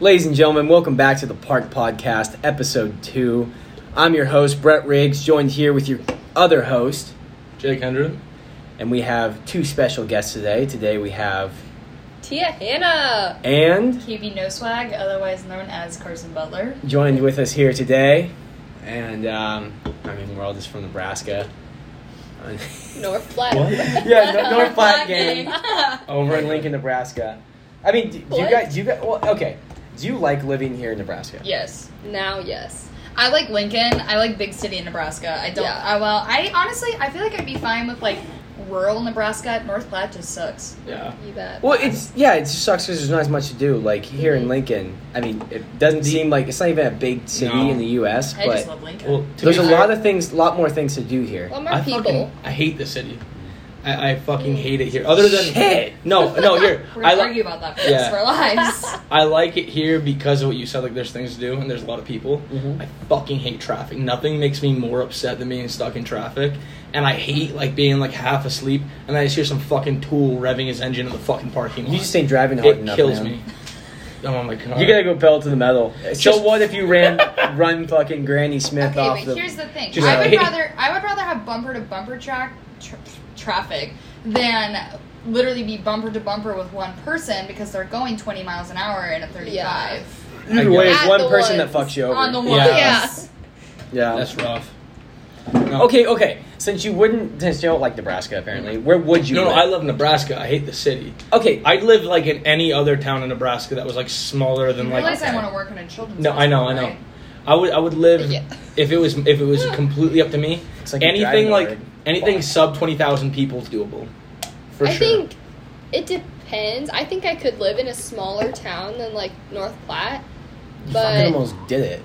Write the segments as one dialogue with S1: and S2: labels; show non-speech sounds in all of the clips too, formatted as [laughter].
S1: Ladies and gentlemen, welcome back to the Park Podcast, episode two. I'm your host, Brett Riggs, joined here with your other host,
S2: Jake Hendren.
S1: and we have two special guests today. Today we have
S3: Tia Hannah.
S1: and
S4: QB No Swag, otherwise known as Carson Butler.
S1: joined with us here today. And um, I mean, we're all just from Nebraska.
S3: North Flat. [laughs]
S2: What?
S1: yeah, no, North Platte gang
S4: Gang.
S1: over in Lincoln, Nebraska. I mean, do, do you
S3: What?
S1: guys, do you guys, well, okay, do you like living here in Nebraska?
S4: yes.
S3: Now, yes.
S4: I like Lincoln. I like big city in Nebraska. I don't.
S3: Yeah.
S4: I, well, I honestly, I feel like I'd be fine with like rural Nebraska. North Platte just sucks.
S2: Yeah.
S3: You bet.
S1: Well, it's yeah, it just sucks because there's not as much to do. Like here in Lincoln, I mean, it doesn't seem like it's not even a big city
S2: No.
S1: in the U.S.,
S4: I just
S1: but
S4: love Lincoln.
S2: Well, to
S1: there's
S2: be
S1: a
S2: fair,
S1: lot of things, a lot more things to do here.
S3: A lot more
S2: I
S3: people.
S2: Fucking, I hate the city. I, I fucking hate it here. Other than
S1: Shit.
S2: no, no
S1: [laughs]
S2: here.
S4: We're
S2: I
S4: gonna
S2: like
S4: argue about that for the rest of our
S3: [laughs]
S4: lives.
S2: I like it here because of what you said. Like there's things to do and there's a lot of people.
S1: Mhm.
S2: I fucking hate traffic. Nothing makes me more upset than being stuck in traffic. And I hate like being like half asleep and I just hear some fucking tool revving his engine in the fucking parking lot.
S1: You just ain't driving hard
S2: it
S1: enough.
S2: kills
S1: man.
S2: me. I'm on my car.
S1: You gotta go pedal to the metal. so
S2: Just-
S1: what if you ran, [laughs] run fucking Granny Smith
S4: Okay,
S1: off the?
S4: but here's the thing.
S2: Just-
S4: I
S1: [laughs]
S4: would
S2: Yeah.
S4: rather I would rather have bumper to bumper track tr traffic than literally be bumper to bumper with one person because they're going 20 miles an hour in a 35.
S3: Yeah.
S1: Either way, it's
S3: At
S1: one
S3: the
S1: person
S3: ones.
S1: that fucks you over.
S4: On the
S2: Yeah.
S4: one.
S1: yeah.
S2: That's rough. No.
S1: Okay, okay. Since you wouldn't, since you don't like Nebraska, apparently, where would you?
S2: No, no,
S1: live?
S2: I love Nebraska. I hate the city.
S1: Okay,
S2: I'd live like in any other town in Nebraska that was like smaller than
S4: You
S2: like.
S4: realize I want to work in a children's
S2: No, I know, I know.
S4: hospital,
S2: I would, I would live
S3: Yeah.
S2: if it was, if it was completely up to me.
S1: It's like you're driving
S2: anything like,
S1: already.
S2: anything
S1: Fuck.
S2: sub twenty thousand people is doable. For
S3: I
S2: sure.
S3: think it depends. I think I could live in a smaller town than like North Platte,
S1: you fucking
S3: but
S1: almost did it.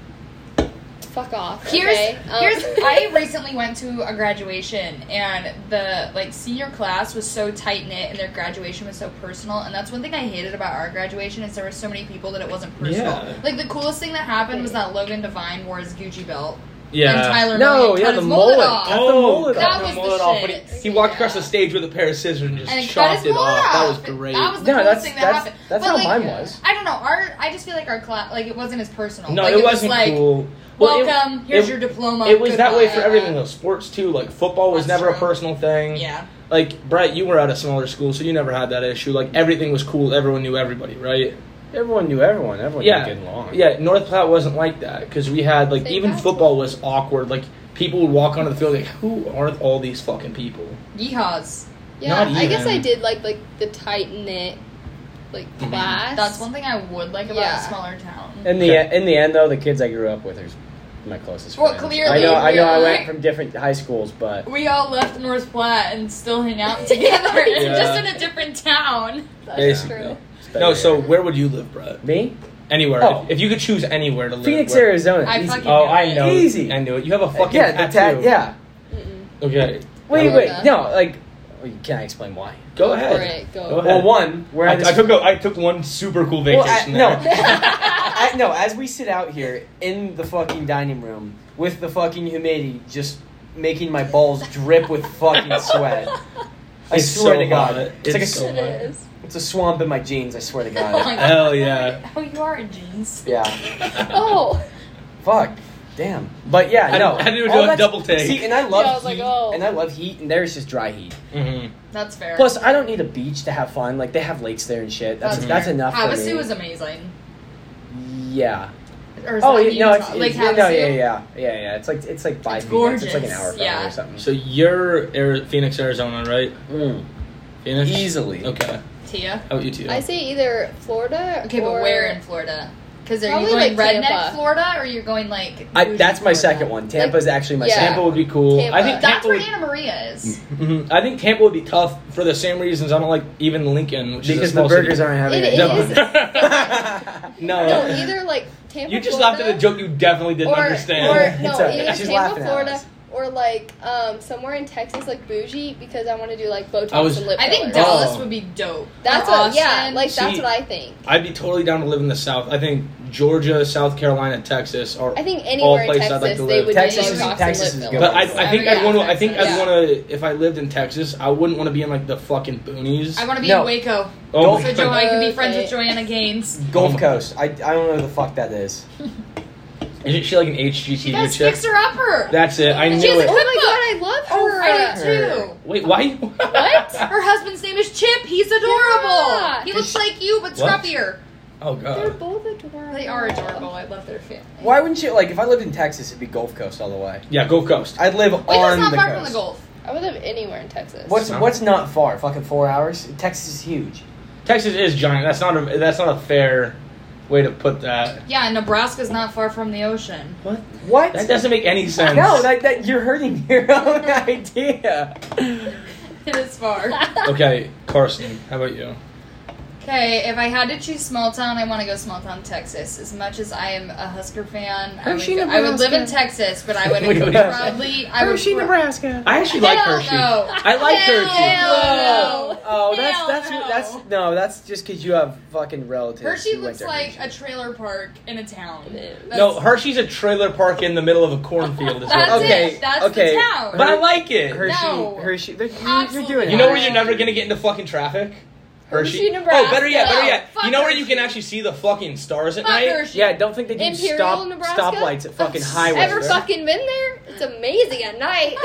S3: fuck off.
S4: Here's
S3: okay? Um, [laughs]
S4: here's [laughs] I recently went to a graduation and the like senior class was so tight knit and their graduation was so personal and that's one thing I hated about our graduation is there were so many people that it wasn't personal.
S2: Yeah.
S4: Like the coolest thing that happened was that Logan Devine wore his Gucci belt.
S2: Yeah.
S4: And Tyler
S1: No,
S4: Murray
S1: yeah,
S4: cut
S1: the
S4: his mullet,
S1: mullet.
S4: off.
S1: Cut the
S2: Oh,
S1: mullet
S2: cut
S4: off.
S2: the
S4: That was the
S2: mullet off, but
S4: shit.
S2: he, he walked
S3: Yeah.
S2: across the stage with a pair of scissors and just
S4: And it cut
S2: chopped
S4: his
S2: it
S4: mullet
S2: off.
S4: off.
S2: That was great.
S4: That was the
S1: No,
S4: coolest
S1: that's-
S4: thing that
S1: that's-
S4: happened.
S1: that's
S4: but
S1: how
S4: like,
S1: mine was.
S4: I don't know. Our I just feel like our class like it wasn't as personal.
S2: no,
S4: like,
S2: it
S4: was
S2: wasn't
S4: like,
S2: cool. Well, it-
S4: Welcome. here's
S2: it-
S4: your diploma.
S2: It was that way for
S4: goodbye.
S2: everything though. Sports too. Like football was
S4: That's
S2: never a
S4: true.
S2: personal thing.
S4: Yeah.
S2: Like Brett, you were at a smaller school, so you never had that issue. Like everything was cool. Everyone knew everybody, right?
S1: Everyone knew everyone. Everyone
S2: yeah.
S1: was getting along.
S2: Yeah. North Platte wasn't like that because we had like
S3: They
S2: even
S3: had-
S2: football was awkward. Like people would walk onto the field like, who are all these fucking people?
S4: Yeehaws.
S3: yeah,
S2: not
S3: I guess
S2: even.
S3: I did like like the tight knit like
S2: Mhm.
S3: class.
S4: That's one thing I would like about
S3: Yeah.
S4: a smaller town.
S1: In the in the end, though, the kids I grew up with are my closest
S4: Well,
S1: friends.
S4: clearly,
S1: I know, I know, I
S4: yeah.
S1: went from different high schools, but
S4: We all left North Platte and still hang out together.
S3: [laughs]
S4: It's
S2: Yeah.
S4: just in a different town.
S3: That's
S2: Basically.
S3: true.
S1: it's better
S2: No. So
S1: here.
S2: where would you live, Brett?
S1: me,
S2: Anywhere.
S1: Oh.
S2: If, if you could choose anywhere to live.
S1: Phoenix,
S2: where-
S1: Arizona.
S4: I
S1: easy.
S4: fucking-
S2: Oh, I know.
S1: Easy.
S2: I knew it. You have a fucking
S1: yeah, the
S2: tattoo.
S1: tat, yeah.
S3: Mm-mm.
S2: Okay.
S1: Wait,
S3: love
S1: wait,
S3: that.
S1: no, like, can I explain why?
S2: Go
S3: for
S2: ahead.
S3: it, go.
S2: Go ahead.
S1: Well, one, where
S2: I,
S1: I, just-
S2: I took a, I took one super cool
S1: Well, I-
S2: vacation
S1: no,
S2: there.
S1: [laughs]
S2: [laughs]
S4: [laughs]
S1: I, no, as we sit out here in the fucking dining room with the fucking humidity just making my balls drip with fucking
S4: [laughs]
S1: sweat. I
S2: It's
S1: swear
S2: so
S1: to God,
S2: hot.
S1: it's, like a,
S2: It's so
S3: [laughs] It
S2: hot.
S3: is.
S1: it's a swamp in my jeans. I swear to
S4: [laughs] Oh
S1: God.
S4: my
S2: Hell yeah.
S4: Oh, you are in jeans.
S1: yeah.
S3: [laughs] Oh,
S1: Fuck. Damn. But yeah,
S2: I-
S1: no.
S2: I didn't
S1: All
S2: do a
S1: that's-
S2: double take.
S1: See, and I love
S3: yeah, I was like,
S1: heat,
S3: oh,
S1: and I love heat, and there's just dry heat.
S2: Mhm.
S4: That's fair.
S1: Plus, I don't need a beach to have fun. Like they have lakes there and shit. That's
S2: That's
S1: that's,
S2: fair.
S1: enough for me.
S4: Havasu is amazing.
S1: yeah.
S4: Or is
S1: Oh
S4: that
S1: yeah, no,
S4: Utah?
S1: it's,
S4: Lake
S1: it's- yeah, no,
S4: Havasu?
S1: yeah, yeah, yeah, yeah. It's like it's like five
S4: It's
S1: minutes. It's like an
S4: gorgeous.
S1: hour from
S4: Yeah.
S1: or something.
S2: So you're Ari- Phoenix, Arizona, right?
S1: Mm.
S2: Phoenix.
S1: Easily.
S2: Okay.
S4: Tia.
S2: How about you two?
S3: I say either Florida.
S4: Okay, but
S3: or-
S4: where in Florida? Because are you
S3: Probably,
S4: going
S3: like,
S4: redneck
S3: Tampa.
S4: Florida or you're going like?
S1: I,
S4: bougie
S1: that's my
S4: Florida?
S1: second one. Tampa's actually my
S3: yeah.
S1: second.
S2: Tampa
S1: One.
S2: would be cool.
S3: Tampa.
S2: I think
S4: That's
S2: Tampa
S4: where
S2: would.
S4: Anna Maria is.
S2: Mhm. I think Tampa would be tough for the same reasons I don't like even Lincoln, which
S1: Because
S2: is a
S1: the
S2: small
S1: burgers
S2: city.
S1: aren't having
S3: It
S1: it.
S3: is.
S1: [laughs]
S2: no.
S3: No, either like Tampa.
S2: [laughs] you just
S3: Florida,
S2: laughed at a joke you definitely didn't
S3: or,
S2: understand.
S3: Or no,
S2: [laughs]
S1: It's all right.
S3: either
S1: She's
S3: Tampa,
S1: laughing at
S3: Florida,
S1: us.
S3: or like um, somewhere in Texas, like bougie, because I want to do like Botox
S2: I was-
S3: and lip
S4: I think
S3: filler.
S2: Del-
S4: Dallas
S2: Oh.
S4: would be dope.
S3: that's
S4: Or
S3: what, yeah,
S4: Austin.
S3: like that's
S2: See-
S3: what I think.
S2: I'd be totally down to live in the South. I think Georgia, South Carolina, Texas are.
S3: I think anywhere in
S2: places I'd
S3: Texas
S2: like to
S3: they
S2: live.
S3: would
S1: Texas
S3: do
S1: is-
S3: Botox and
S1: Texas
S3: lip
S1: is
S3: filler.
S1: good.
S2: but I,
S4: I
S2: I think
S4: would
S2: I'd
S4: go
S2: want to.
S4: to
S2: I think
S4: Texas.
S2: I'd want to. If I lived in Texas, I wouldn't want to be in like the fucking boonies.
S4: I want to be
S1: No.
S4: in Waco.
S2: oh,
S1: Don't-
S4: So
S2: my
S4: Joe,
S2: God.
S4: I can be friends
S3: Okay.
S4: with Joanna Gaines.
S1: Gulf Coast. I, I don't know who the fuck that is.
S2: Isn't she like an
S4: She
S2: HGTV
S4: does
S2: chick?
S4: Fixer Upper.
S2: That's it. I
S4: She
S2: knew
S4: has a
S2: it.
S3: Oh
S4: Flip
S3: my god, I love
S4: Oh,
S3: her.
S4: I do
S1: Her.
S4: too.
S2: Wait, why?
S1: [laughs]
S4: Her husband's name is Chip. He's adorable.
S3: Yeah.
S4: He looks like you, but
S2: What?
S4: scruffier.
S2: [laughs] Oh
S3: They're
S2: god.
S3: both adorable.
S4: They are adorable. I love their family.
S1: Why wouldn't you like? If I lived in Texas, it'd be Gulf Coast all the way.
S2: Yeah, Gulf Coast.
S1: I'd live
S4: Waco's
S1: on
S4: not
S1: the
S4: far
S1: coast.
S4: from the Gulf.
S3: I would live anywhere in Texas.
S1: What's
S2: No.
S1: what's not far? Fucking four hours. Texas is huge.
S2: Texas is giant. That's not a. That's not a fair way to put that.
S4: Yeah, and Nebraska's not far from the ocean. [laughs]
S2: What?
S1: What?
S2: That doesn't make any sense.
S1: no, that, that you're hurting [laughs] your
S4: [laughs]
S1: own idea.
S4: It is far.
S3: [laughs]
S2: Okay, Carson. How about you?
S4: Okay, if I had to choose small town, I want to go small town Texas. As much as I am a Husker fan, I would,
S1: Hershey,
S4: go- I would live in
S1: Nebraska.
S4: Texas, but I
S2: [laughs]
S4: would
S2: We would-
S4: probably I would pro-
S1: Nebraska.
S2: I actually like
S4: Hell
S2: Hershey.
S4: no.
S2: I like
S4: Hell
S2: Hershey.
S4: no.
S1: Oh, that's
S4: Hell
S1: that's
S4: no.
S1: that's no, that's just because you have fucking relatives.
S4: Hershey
S1: who went
S4: looks
S1: to
S4: like
S1: Hershey.
S4: a trailer park in a town.
S3: It is.
S4: That's-
S2: no, Hershey's a trailer park in the middle of a cornfield. Is what
S4: That's
S2: it is.
S1: Okay,
S4: it. That's
S1: okay.
S4: the town.
S2: But I like it.
S1: Hershey,
S4: No.
S1: Hershey, they're- you're, you're
S4: Absolutely
S1: doing it.
S2: You know where
S4: Hershey.
S2: you're never gonna get into fucking traffic?
S3: Hershey,
S2: Oh, better yet, better
S4: No,
S2: yet.
S4: fuck
S2: You know where you
S4: Hershey.
S2: can actually see the fucking stars at
S4: Fuck
S2: night?
S4: Hershey.
S1: Yeah, don't think they do
S3: Imperial,
S1: stop
S3: Nebraska?
S1: stoplights at fucking
S4: I've
S1: highways.
S3: Ever
S1: bro.
S3: fucking been there? It's amazing at night.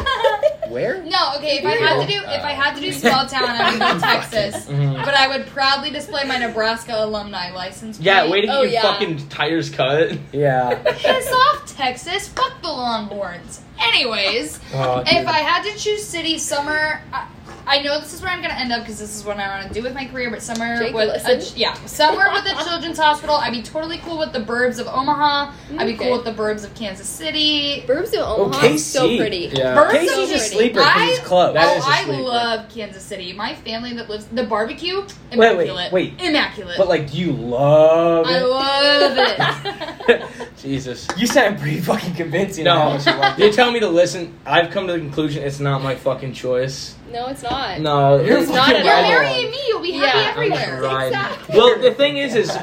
S1: Where?
S4: [laughs] No, okay. If I had to do, if I had to do small town, I would
S2: [laughs]
S4: go to Texas.
S2: Mhm.
S4: But I would proudly display my Nebraska alumni license.
S2: Yeah,
S4: plate.
S2: wait to get
S3: Oh,
S2: your
S3: yeah.
S2: fucking tires cut.
S1: Yeah.
S4: Piss off, Texas. Fuck the Longhorns. Anyways,
S2: Oh,
S4: if I had to choose city, summer. I, I know this is where I'm gonna end up because this is what I want to do with my career. But somewhere
S3: Jake,
S4: with, a,
S3: listen.
S4: yeah, somewhere with a children's hospital. I'd be totally cool with the burbs of Omaha. I'd be
S3: Okay.
S4: cool with the burbs of Kansas City.
S3: Burbs in
S4: Oh,
S3: Omaha
S1: KC.
S3: is so pretty.
S2: Oh, Yeah.
S4: Birds
S1: Casey's
S4: are
S1: a
S4: pretty.
S1: sleeper because it's
S4: I-
S1: close.
S2: That
S4: oh,
S2: is a
S4: I
S2: sleeper.
S4: love Kansas City. My family that lives the barbecue,
S1: wait,
S4: immaculate,
S1: wait.
S4: immaculate.
S1: but like, do you love
S4: I
S1: it?
S2: [laughs]
S4: love it.
S2: Jesus.
S1: [laughs] You sound pretty fucking convincing.
S2: No.
S1: on how much you love
S2: You're telling me to listen. I've come to the conclusion it's not my fucking choice.
S3: [laughs] No, it's not.
S2: No,
S1: You're
S2: it's
S3: not
S2: fucking
S3: at
S4: You're
S3: all.
S2: right.
S4: marrying me. You'll be happy
S3: Yeah.
S4: everywhere.
S2: Right.
S3: Exactly.
S2: Well, the thing
S1: [laughs]
S2: is, is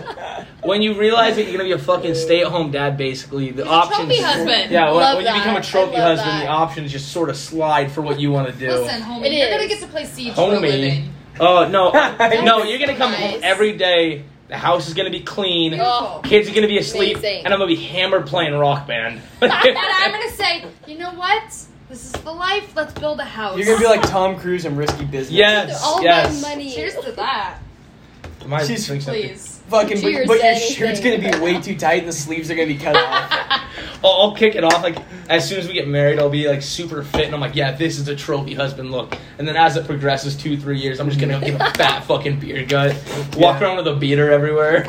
S2: when you realize that you're gonna be a fucking stay-at-home dad, basically the
S4: He's a
S2: options.
S4: trophy husband.
S2: Yeah, when,
S3: Love
S2: when you
S3: that.
S2: become a trophy
S3: I love
S2: husband, the
S3: that.
S2: options just sort of slide for what you want to do.
S4: Listen, homie,
S3: It
S4: you're
S3: is.
S4: gonna get to play Siege for a
S2: Homie.
S4: living.
S2: Oh no, [laughs] no!
S3: That's
S2: You're gonna come
S3: nice.
S2: home every day. The house is gonna be clean.
S3: Oh.
S2: Kids are gonna be asleep,
S3: Amazing.
S2: and I'm gonna be hammered playing rock band.
S1: [laughs]
S4: and I'm gonna say, you know what? This is the life. Let's build a house.
S1: it. You're gonna be like Tom Cruise in Risky Business.
S2: yes,
S3: All
S2: yes.
S3: my money.
S4: [laughs] Cheers to that,
S2: [laughs] My
S1: She's-
S2: drink's empty.
S1: [laughs]
S4: please.
S1: Fucking, but,
S3: Cheers
S1: but
S3: to
S1: your shirt's gonna
S3: anything.
S1: be way too tight, and the sleeves are gonna be cut off.
S4: Oh,
S2: I'll, I'll kick it off like as soon as we get married. I'll be like super fit, and I'm like, yeah, this is a trophy husband look. And then as it progresses, two, three years, I'm just gonna
S4: [laughs]
S2: get a fat fucking beer gut, [laughs] walk
S1: Yeah.
S2: around with a beater everywhere.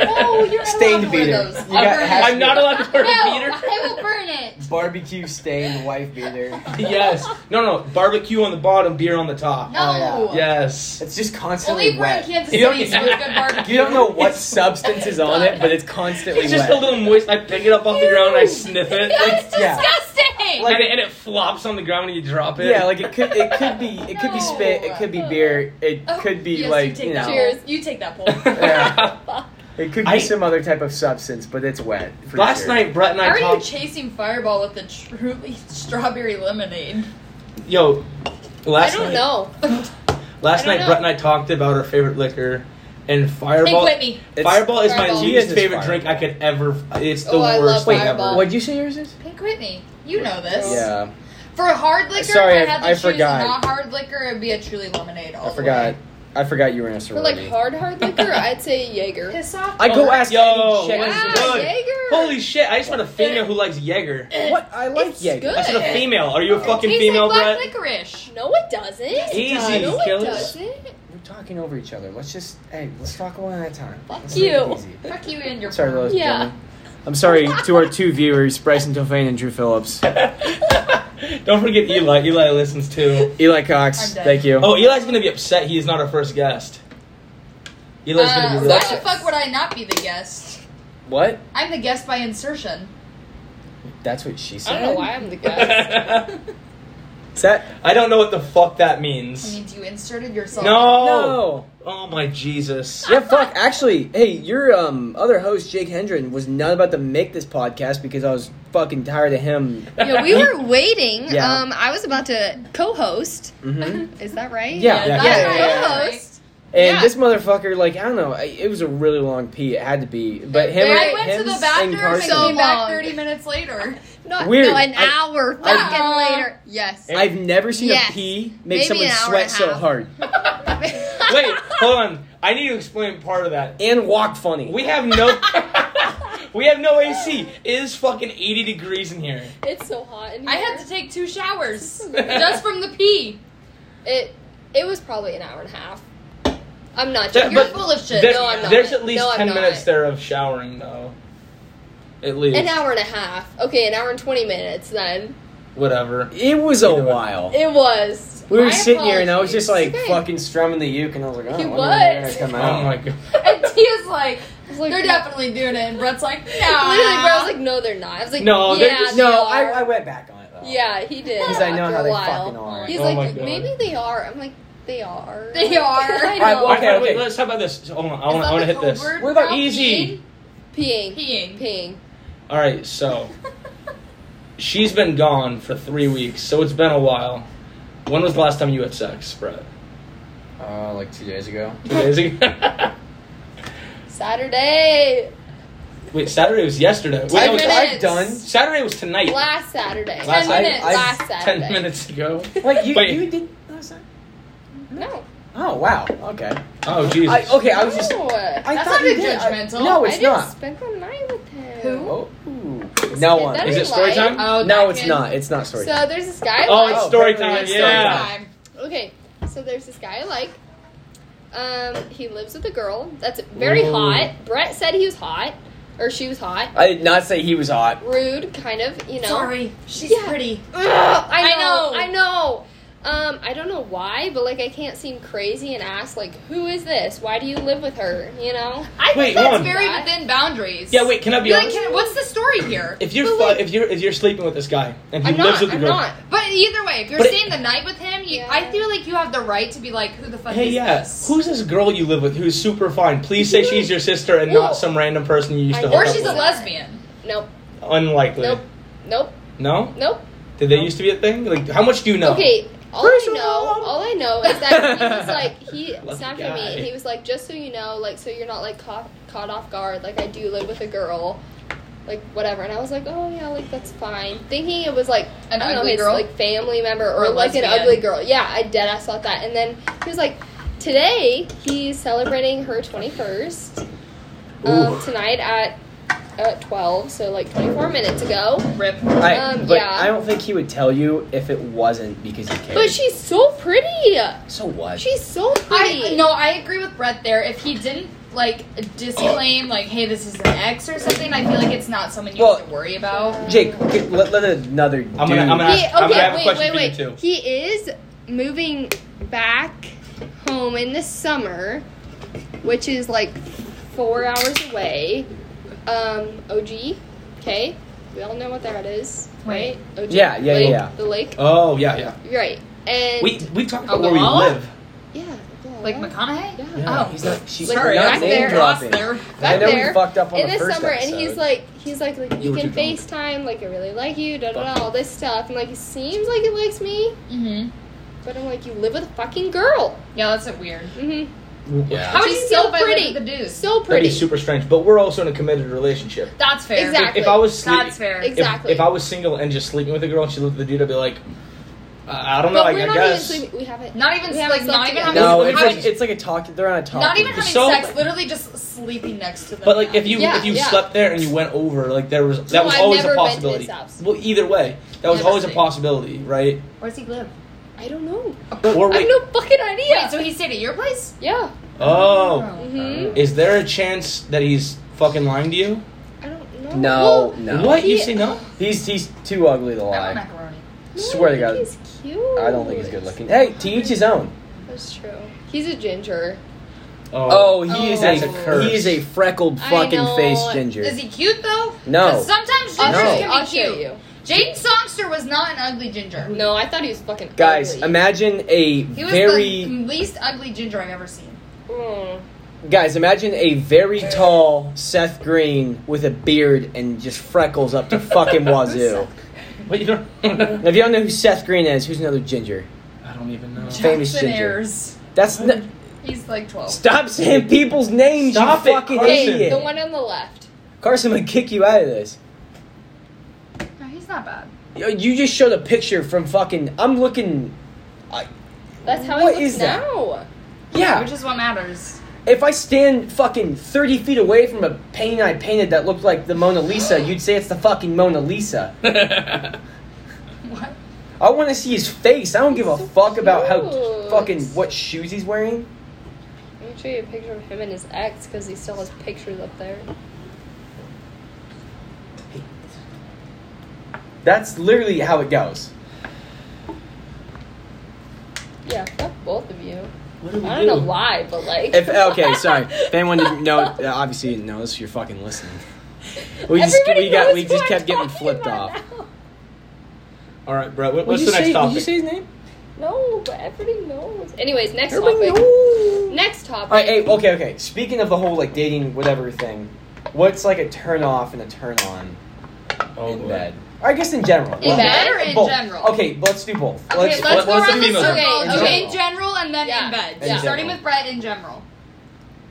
S4: Oh, you're not
S1: stained
S4: allowed to wear
S1: beater.
S4: those.
S1: You
S4: I'll
S1: got
S4: burn
S1: half-
S2: [laughs]
S1: [laughs]
S2: I'm not allowed to wear
S4: No,
S2: a beater.
S4: I will burn it.
S1: [laughs] Barbecue stained wife beater.
S2: Yes, no, no, barbecue on the bottom, beer on the top.
S4: No.
S1: Oh,
S2: Yes.
S1: It's just
S4: Only
S1: constantly
S4: if we're in
S1: wet.
S4: Kansas
S2: You don't
S4: City, so
S2: get-
S1: [laughs]
S4: there's good barbecue.
S1: You don't know
S4: [laughs]
S1: what
S2: It's-
S1: substance is on it, but it's constantly
S2: It's just
S1: wet.
S2: a little moist. I pick it up off the ground and I
S4: [laughs]
S2: sniff it. Like,
S4: That's
S1: Yeah.
S4: disgusting.
S1: Like-
S2: and, it, and it flops on the ground when you drop it. [laughs]
S1: yeah, like it could, it could be, it could be spit, it could be beer, it
S4: Oh,
S1: could be
S4: yes,
S1: like,
S4: take
S1: you
S4: that
S1: know,
S3: Cheers.
S4: poll. You take
S1: [laughs]
S4: that poll.
S1: Yeah. it could be
S2: I-
S1: some other type of substance, but it's wet. for
S2: Last
S1: sure.
S2: night, Brett and
S4: How
S2: I
S4: are you
S2: talked.
S4: chasing Fireball with the truly [laughs] strawberry lemonade?
S2: Yo,
S3: I
S2: last
S3: don't
S2: night,
S3: know.
S2: last
S3: I don't
S2: night,
S3: know.
S2: Brett and I talked about our favorite liquor, and
S4: Pink
S2: Fireball.
S4: Whitney.
S1: It's-
S2: Fireball is
S3: Fireball.
S2: my
S1: Jesus,
S2: least favorite
S1: Fireball.
S2: drink I could ever. It's the
S3: Oh, I love
S2: worst thing
S3: Fireball.
S2: ever.
S1: What'd you say yours is?
S4: Pink Whitney. You know this.
S1: Yeah,
S4: For hard liquor,
S1: Sorry,
S4: if I had to
S1: I
S4: choose a
S1: forgot.
S4: not hard liquor, it'd be a truly lemonade. All
S1: I
S4: the
S1: forgot.
S4: way.
S1: I forgot you were in a
S3: For
S1: sorority.
S3: like hard hard
S2: [laughs]
S3: liquor, I'd say Jaeger.
S4: Piss off.
S1: I go
S4: Or-
S1: ask
S2: Oh, Yo,
S1: any chick-
S2: That's
S3: Wow,
S2: good.
S3: Jaeger.
S2: Holy shit! I just met a female who likes Jaeger.
S1: What? I like
S3: It's
S1: Jaeger.
S3: good.
S2: I said a female. Are you a fucking
S4: Tastes
S2: female,
S4: like black
S2: Brett?
S4: licorice.
S3: No, it doesn't.
S2: it Easy, does.
S3: No, it
S2: killers.
S3: doesn't.
S1: We're talking over each other. Let's just, hey, let's talk one at a time.
S3: Fuck
S1: Let's make it
S3: you.
S1: easy.
S4: Fuck you and your.
S1: Sorry, ladies and
S3: Yeah.
S1: gentlemen. I'm sorry to our two viewers, Bryson Tofain and Drew Phillips.
S2: [laughs] Don't forget Eli. Eli listens too.
S1: Eli
S4: I'm
S1: Cox,
S4: dead.
S1: thank you.
S2: Oh, Eli's gonna be upset. He is not our first guest. Eli's
S4: Uh,
S2: gonna be
S4: why
S2: really
S4: the fuck would I not be the guest?
S1: What?
S4: I'm the guest by insertion.
S1: That's what she
S3: I
S1: said.
S3: don't know why I'm the guest.
S2: [laughs] I
S1: Is that
S2: don't know what the fuck that
S4: I
S2: means.
S4: mean, you inserted yourself.
S2: No.
S1: no?
S2: Oh my Jesus.
S1: Yeah, fuck. Actually, hey, your um other host Jake Hendren was not about to make this podcast because I was fucking tired of him.
S3: Yeah, we were waiting.
S1: Yeah.
S3: Um, I was about to co-host. [laughs]
S2: Mm-hmm.
S1: hmm
S3: Is that right?
S1: Yeah,
S4: that's
S1: yeah,
S4: right.
S1: yeah,
S3: co-host.
S1: And
S3: Yeah.
S1: this motherfucker, like, I don't know, I, it was a really long pee. It had to be, but him,
S4: I
S1: and
S4: went
S1: him
S4: to the
S1: and
S4: bathroom and
S1: Carson.
S3: So
S4: came back
S3: long.
S4: 30 minutes later.
S3: No,
S1: Weird.
S3: no, an
S1: I-
S3: hour
S1: I-
S3: [laughs] fucking
S4: Uh,
S3: later. Yes.
S4: [laughs]
S1: I've never seen
S3: Yes.
S1: a pee make
S3: Maybe
S1: someone
S3: an hour
S1: sweat
S3: and a
S1: so
S3: half.
S1: hard
S2: Wait, hold on. I need to explain part of that.
S1: and walk funny.
S2: We have
S3: [laughs]
S2: no We have no AC. It is fucking 80 degrees in here.
S3: It's so hot in here.
S4: I had to take two
S3: [laughs]
S4: showers just from the pee.
S3: it. It was probably an hour and a half. I'm not
S2: That-
S3: joking.
S4: You're
S2: but
S4: full of shit.
S2: There-
S3: no, I'm not.
S2: There's at least
S3: No, I'm
S2: 10
S3: not.
S2: minutes there of showering though. At least.
S3: an hour and a half. Okay, an hour and twenty minutes. Then
S2: Whatever.
S1: It was a
S2: Either way.
S1: while.
S3: it was.
S1: we were
S4: My
S1: sitting here, and I was just like
S3: apologies. Okay.
S1: fucking strumming the uke, and I was like, oh,
S4: He
S1: I wonder when
S4: was.
S1: they're gonna come out.
S2: Oh my god.
S4: And Tia's like,
S3: I was like,
S4: they're
S3: no.
S4: definitely doing it. And Brett's like, no.
S3: [laughs] Literally, bro, I was like, no, they're not. I was like, [laughs]
S2: No,
S3: yeah,
S2: they're just-
S3: they
S1: no,
S3: are.
S1: I, I went back on it though.
S3: Yeah, he did.
S1: because I know
S3: after
S1: how
S3: a
S1: they
S3: while.
S1: fucking are.
S3: He's
S2: Oh my
S3: like,
S2: God.
S3: maybe they are. I'm like, they are.
S4: They are.
S3: [laughs] I
S1: Alright,
S3: know.
S1: well, okay,
S2: wait, wait,
S1: okay.
S2: let's talk about this. So, hold on, I
S4: Is
S2: want,
S4: that
S2: I want
S4: the
S2: to hit
S4: code
S2: this.
S4: word
S1: What about
S4: now?
S2: easy?
S3: Peeing.
S4: Peeing. Peeing.
S3: Peeing.
S2: All right, so she's been gone for three weeks, so it's been a while. When was the last time you had sex, Brett?
S1: Uh, like two days [laughs] ago.
S2: Two days ago. [laughs]
S3: Saturday.
S2: Wait, Saturday was yesterday. Wait,
S1: I've,
S2: no,
S4: minutes.
S1: I've done.
S2: Saturday was tonight.
S3: Last Saturday.
S2: Last-
S4: Ten
S1: I-
S4: minutes.
S1: I-
S3: Last Saturday.
S2: Ten minutes ago.
S1: Like you,
S2: Wait.
S1: you did last time.
S3: No.
S1: Oh wow. Okay.
S2: Oh Jesus.
S1: I, okay, I was just.
S3: No.
S1: I
S4: That's
S1: thought
S4: not
S1: you
S4: a
S1: did. I-
S4: judgmental.
S1: no,
S3: I
S1: it's
S3: didn't
S1: not.
S3: spend the night with him.
S4: Who?
S1: Oh. No one.
S3: That
S2: Is it
S3: ain't
S2: story
S3: light.
S2: time?
S4: Oh,
S1: no,
S4: that
S1: it's
S4: kid.
S1: not. It's not story.
S3: So there's this guy. I
S2: oh,
S3: like.
S2: it's
S1: Oh,
S2: story
S1: Beverly
S2: time.
S1: is story
S2: Yeah.
S4: Time.
S3: Okay, so there's this guy I like. Um, he lives with a girl that's very
S2: Ooh.
S3: hot. Brett said he was hot, or she was hot.
S1: I did not say he was hot.
S3: Rude, kind of, you know.
S4: Sorry. She's
S3: Yeah.
S4: pretty.
S3: Ugh, I
S4: I
S3: know.
S4: know.
S3: I know. Um, I don't know why, but like I can't seem crazy and ask like, "Who is this? Why do you live with her?" You know.
S4: I think
S2: Wait,
S4: that's
S2: hold on.
S4: very
S3: That-
S4: within boundaries.
S2: Yeah. Wait, can I be
S4: You're like,
S2: honest?
S4: can- what's the story here?
S2: If you're
S3: But
S2: fu-
S3: wait.
S2: if you're if you're sleeping with this guy and he
S3: I'm not.
S2: lives with the
S3: I'm
S2: girl,
S3: not.
S4: But either way, if you're
S2: But it-
S4: staying the night with him, you,
S3: Yeah.
S4: I feel like you have the right to be like, who the fuck
S2: Hey,
S4: is
S2: yeah.
S4: this?
S2: Who's this girl you live with who's super fine? Please say she's your sister and
S3: No.
S2: not some random person you used to
S3: I-
S2: hook
S4: or
S2: up
S4: she's a
S2: with.
S4: lesbian.
S3: Nope.
S2: Unlikely.
S3: Nope. Nope.
S2: No?
S3: Nope.
S2: Did they used to be a thing? Like, how much do you know?
S3: Okay, all
S1: Personal.
S3: I know, all I know is that he was like, he
S2: Lucky
S3: Snapchat me,
S2: guy.
S3: and he was like, just so you know, like, so you're not like caught, caught off guard, like I do live with a girl, like whatever. And I was like, oh yeah, like that's fine, thinking it was like
S4: An
S3: I don't know,
S4: ugly
S3: his,
S4: girl?
S3: like family member or,
S4: Or a
S3: like an
S4: lesbian?
S3: ugly girl. Yeah, I dead ass thought that. And then he was like, today he's celebrating her 21st um,
S2: Ooh.
S3: tonight at at 12, so like 24 minutes ago.
S4: Rip.
S1: I,
S3: Um,
S1: but
S3: yeah.
S1: I don't think he would tell you if it wasn't because he cares.
S3: But she's so pretty.
S1: So what?
S3: She's so pretty.
S4: I no, I agree with Brett there. If he didn't like disclaim like, hey, this is an ex or something, I feel like it's not someone you
S1: Well-
S4: need to worry about.
S1: Jake, get- let, let another dude.
S2: I'm gonna- I'm gonna- [laughs]
S3: He,
S2: ask- I'm
S3: okay,
S2: have a
S3: wait,
S2: question
S3: wait,
S2: for you
S3: wait.
S2: too.
S3: He is moving back home in the summer, which is like four hours away. Um, OG, okay, we all know what that is, right? OG,
S1: Yeah, yeah,
S3: lake,
S1: yeah.
S3: The lake,
S2: Oh, yeah, yeah.
S3: right? And
S2: We, we talked about where we
S4: Oglala?
S2: live.
S3: yeah, yeah,
S4: Like
S3: yeah.
S4: McConaughey.
S3: Yeah.
S1: Yeah,
S4: Oh.
S1: he's not. She's
S3: Like,
S1: we're
S4: Sorry,
S1: not
S3: back
S4: I'm
S1: name
S3: there.
S4: lost
S1: dropping.
S4: there.
S1: I
S3: Back
S1: know
S3: there,
S1: we fucked up on
S3: in
S1: the
S3: the
S1: first
S3: summer,
S1: episode.
S3: and he's like, he's like, like
S2: You
S3: you
S2: were
S3: can
S2: too drunk.
S3: FaceTime, like I really like you, da da da, all this stuff, and like he seems like he likes me,
S4: Mm-hmm.
S3: but I'm like, you live with a fucking girl.
S4: Yeah, that's a weird.
S3: hmm
S2: yeah.
S4: How would
S3: She's
S4: you
S3: so
S4: feel if I lived
S3: pretty.
S4: with a dude?
S3: So
S2: That'd
S3: pretty.
S2: be super strange. But we're also in a committed relationship.
S4: that's fair.
S3: Exactly.
S2: If, if I was sleeping,
S4: That's fair.
S3: Exactly.
S2: if, if I was single and just sleeping with a girl and she lived with a dude, I'd be like, I I don't know.
S3: But
S2: I,
S3: we're
S2: I
S3: not
S2: guess.
S3: even sleeping. We haven't.
S4: Not even
S3: We haven't
S4: like
S3: slept
S4: not even
S3: together.
S4: having
S1: no,
S4: sex.
S1: it's like it's like a talk. They're on a talk.
S4: not even having
S2: So-
S4: sex. Literally just sleeping next to them.
S2: But like if you
S3: Yeah,
S2: if you
S3: yeah.
S2: slept there and you went over, like there was that
S3: No,
S2: was
S3: I've
S2: always
S3: never
S2: a
S3: been to his
S2: possibility.
S3: house.
S2: Well, either way, that was
S4: Never
S2: always a
S4: sleep.
S2: possibility, right?
S4: Where does he live?
S3: I don't know.
S1: Oh,
S2: Or
S3: I have
S2: wait,
S3: no fucking idea.
S4: Wait, so he stayed at your place?
S3: yeah.
S2: oh,
S3: hmm
S1: Uh-huh.
S2: is there a chance that he's fucking lying to you?
S3: I don't know.
S1: No,
S3: Well,
S1: no.
S2: What you
S3: He-
S2: say no?
S1: He's he's too ugly to
S4: I want
S1: lie.
S4: macaroni.
S3: no,
S1: Swear to
S3: I
S1: God,
S3: think He's cute.
S1: I don't think he's good looking. Hey, to each his own.
S3: That's true. He's a ginger.
S1: Oh, he
S4: Oh.
S1: is
S4: That's
S1: a,
S4: a curse.
S1: he is
S2: [laughs]
S1: a freckled
S3: I
S1: fucking
S3: know.
S1: face ginger.
S4: Is he cute though?
S1: No.
S4: 'Cause Sometimes
S3: I'll,
S4: gingers
S1: No.
S3: show,
S4: can be
S3: I'll show
S4: cute.
S3: you.
S4: Jaden Songster was not an ugly ginger.
S3: No, I thought he was fucking
S1: Guys,
S3: ugly.
S1: imagine a
S4: He was
S1: very
S4: the least ugly ginger I've ever seen.
S3: Mm.
S1: guys, imagine a very tall Seth Green with a beard and just freckles up
S3: [laughs]
S1: to fucking wazoo.
S2: Wait, you
S1: [laughs]
S2: don't. I
S1: if you don't know who Seth Green is, who's another ginger?
S2: don't even [laughs] know.
S1: Famous
S4: Jackson
S1: ginger.
S4: Ayers.
S1: That's n-
S4: He's like 12.
S1: stop saying people's names.
S2: Oh. Stop
S1: you
S2: it,
S1: fucking
S2: Carson.
S1: idiot.
S3: the one on the left.
S1: Carson would kick you out of this.
S4: No, he's not bad.
S1: Yo, You just showed a picture from fucking. I'm looking. I,
S3: That's how
S1: What
S3: it looks
S1: is that?
S3: now.
S1: yeah.
S4: Which is what matters.
S1: If I stand fucking 30 feet away from a painting I painted that looked like the Mona Lisa, you'd say it's the fucking Mona Lisa.
S4: What?
S1: I want to see his face. I don't give a
S3: So
S1: fuck about how
S3: cute.
S1: fucking what shoes he's wearing.
S3: I'm gonna show you a picture of him and his ex because he still has pictures up there.
S1: That's literally how it goes.
S3: Yeah, fuck both of you.
S2: What do we
S3: I
S2: do?
S3: don't know why, but like.
S1: If,
S3: [laughs]
S1: okay, sorry. If anyone didn't know, uh, obviously you didn't know this. You're fucking listening. We just
S3: Everybody
S1: we got
S3: knows
S1: we
S3: who
S1: just
S3: I'm
S1: kept getting
S3: talking
S1: flipped
S3: about
S1: off.
S3: now.
S2: All right, bro. What,
S1: Would
S2: what's
S1: you
S2: the
S1: say-
S2: next topic?
S1: Did you say his name?
S3: No, but everybody knows. Anyways, next
S1: Everybody
S3: topic.
S1: knows.
S3: Next topic.
S1: All right, hey, okay, okay. Speaking of the whole like dating whatever thing, what's like a turn off and a turn on
S2: oh,
S1: in
S2: boy.
S1: bed? Or I guess in general.
S3: In bed
S4: or in
S1: both.
S4: general?
S1: Okay, let's do both.
S4: Okay,
S1: let's,
S4: let's,
S2: let's
S4: go
S2: let's
S4: around
S2: do
S4: the
S2: female.
S4: circle.
S1: In
S4: Okay,
S1: general.
S4: in general and then
S3: Yeah.
S4: in bed.
S1: In
S4: Starting
S1: general.
S4: with Brett in general.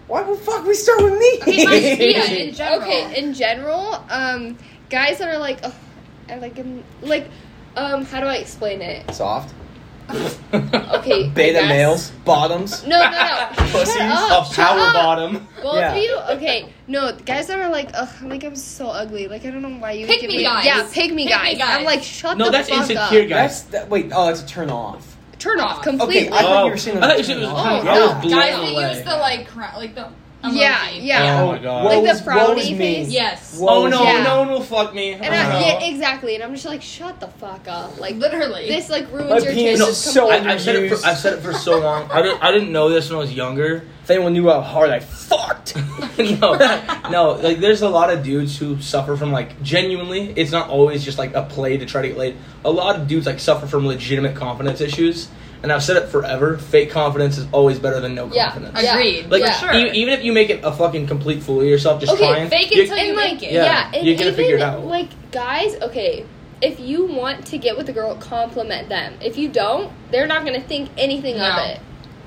S1: Why the fuck we start with me?
S4: Okay, let's
S1: [laughs]
S4: do that in general.
S3: Okay, in general, um, guys that are like, oh, I like him, like, um, how do I explain it?
S1: Soft. Oh,
S2: [laughs]
S1: [laughs]
S3: Okay,
S1: Beta
S3: yes.
S1: males, bottoms,
S3: No, no, no.
S2: Pussies
S3: Shut up.
S2: of
S3: shut
S2: power
S3: up.
S2: bottom.
S3: Both
S1: Yeah.
S3: of you, okay? No, the guys that are like, ugh, like I'm so ugly. Like I don't know why you
S4: Pick
S3: give
S4: me
S3: me.
S4: guys.
S3: Yeah, pick
S4: Pick me
S3: me guys.
S4: guys.
S3: I'm like, shut
S2: No,
S3: the
S2: that's
S3: fuck
S2: insecure
S3: up.
S1: That's
S2: guys.
S1: that, wait. Oh, that's a turn off.
S3: Turn off
S4: Okay,
S3: completely.
S1: I thought you were
S2: Oh.
S1: saying
S2: I thought
S1: that
S2: you said it was.
S1: was
S3: turn
S2: I
S3: off.
S2: was
S3: Oh,
S2: blown
S4: Guys that
S2: away.
S4: use the like cr- like the emoji.
S3: yeah, yeah.
S2: Oh my
S1: Um,
S2: god.
S3: Like the
S1: Woe is- woe is me.
S3: frowny face?
S4: Yes.
S1: Woe
S2: Oh
S1: is
S2: no,
S1: me.
S3: Yeah.
S2: no one will fuck me.
S3: And
S2: Oh,
S3: I,
S2: no.
S3: yeah, exactly. And I'm just like, shut the fuck up. Like
S4: Like literally.
S3: this, like ruins
S1: My
S3: your
S1: penis
S3: chances
S1: is so-
S3: completely.
S2: I, I've said it. For, I've said it for so long. I didn't. I didn't know this when I was younger. [laughs]
S1: If anyone knew how hard I fucked.
S2: no, no. Like, there's a lot of dudes who suffer from like genuinely. It's not always just like a play to try to get laid. A lot of dudes like suffer from legitimate confidence issues. And I've said it forever. Fake confidence is always better than no
S3: Yeah.
S2: confidence.
S3: Yeah.
S4: Agreed.
S2: Like
S4: yeah.
S3: Yeah.
S2: e- even if you make it a fucking complete fool of yourself, just
S3: Okay,
S2: trying.
S4: fake it
S2: you-
S4: till you
S3: and
S4: make
S3: like
S4: it.
S2: Yeah.
S3: yeah, and
S2: You gotta
S3: even
S2: figure it out.
S3: like guys okay if you want to get with a girl compliment them if you don't they're not gonna think anything
S4: No.
S3: of it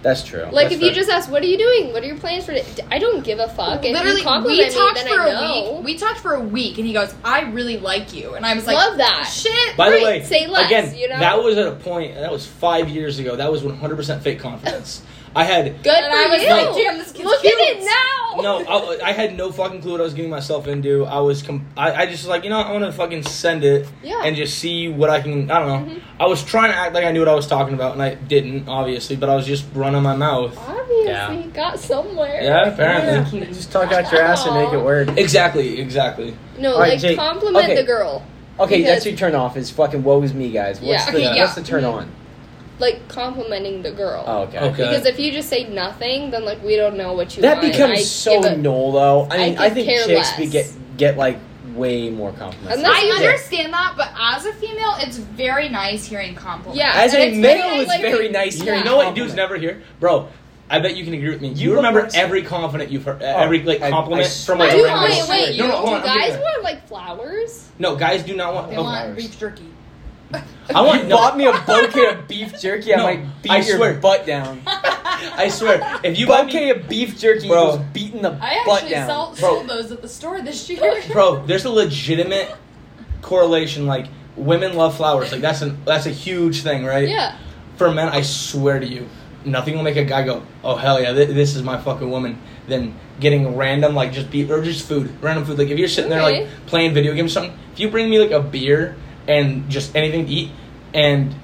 S1: That's true.
S3: like
S2: That's
S3: if you
S2: fair.
S3: just ask what are you doing what are your plans for it i don't give a fuck if
S4: Literally,
S3: you compliment
S4: we talked
S3: me then
S4: for
S3: i
S4: a
S3: know
S4: week. We talked for a week, and he goes, "I really like you," and I was like,
S3: Love that.
S4: shit."
S2: By the
S3: Right,
S2: way,
S3: say less,
S2: again,
S3: you know?
S2: that was at a point. That was five years ago. That was 100% fake confidence. I had
S3: good
S4: and
S3: for
S4: I was
S3: you
S4: like, "Damn, this kid's
S3: look
S4: cute."
S3: at it now
S2: no, I, I had no fucking clue what I was getting myself into. I was, com- I, I just was like, you know, I want to fucking send it
S3: Yeah.
S2: and just see what I can. I don't know. I was trying to act like I knew what I was talking about, and I didn't, obviously. But I was just running my mouth.
S3: obviously
S1: Yeah.
S3: you got somewhere
S2: Yeah, apparently.
S1: Just talk out your ass and make it work.
S2: Exactly, exactly.
S3: no
S1: All right,
S3: like
S1: Jake.
S3: compliment
S1: Okay.
S3: the girl
S1: Okay,
S3: Because-
S1: that's your turn off. Is fucking woe is me, guys. What's
S3: Yeah.
S1: the
S4: Okay, yeah.
S1: what's the turn
S3: [laughs]
S1: on?
S3: like complimenting the girl
S1: Oh, okay.
S2: Okay.
S3: because if you just say nothing then like we don't know what you
S1: That
S3: want.
S1: becomes
S3: I
S1: so
S3: give a-
S1: null, though. I
S3: I
S1: mean,
S3: could
S1: I, think
S3: care
S1: chicks
S3: less.
S1: we get get like way more compliments.
S3: And
S1: than
S3: that's
S4: I
S1: guys.
S3: under-
S4: understand that, but as a female, it's very nice hearing compliments.
S3: Yeah.
S1: As
S3: and
S1: a
S3: it's
S1: male,
S3: very,
S1: it's
S3: like-
S1: very nice hearing.
S2: You know what
S1: compliment.
S2: dudes never hear, bro. I bet you can agree with me. You, Oh,
S1: You look
S2: remember
S1: like-
S2: every confident you've heard, every like
S1: I- I
S2: compliment
S1: swear.
S2: from like
S3: I
S2: a
S3: do
S1: Dude,
S2: random-
S3: wait, wait.
S2: No, no, hold
S3: do
S2: on, I'm
S3: guys
S2: getting-
S3: want like flowers?
S2: No, guys do not want.
S4: They
S1: Oh,
S2: okay.
S4: want
S1: Flowers.
S4: beef jerky.
S2: I want.
S1: You
S2: no.
S1: bought [laughs] me a bouquet of beef jerky. I
S2: No,
S1: might beat
S2: I
S1: your
S2: swear.
S1: butt
S3: [laughs]
S1: down.
S2: I swear, if you buy
S1: bouquet
S2: me,
S1: of beef jerky
S2: Bro.
S1: was beating the
S4: I
S1: butt
S4: actually
S1: down.
S4: sell,
S2: Bro.
S4: sold those at the store this year.
S3: [laughs]
S2: bro, there's a legitimate correlation. Like women love flowers. Like that's an that's a huge thing, right?
S3: Yeah.
S2: For men, I swear to you, nothing will make a guy go, "Oh hell yeah, th- this is my fucking woman." Than getting random like just be or just food, random food. Like if you're sitting there
S3: Okay.
S2: like playing video games, or something. If you bring me like a beer and just anything to eat, and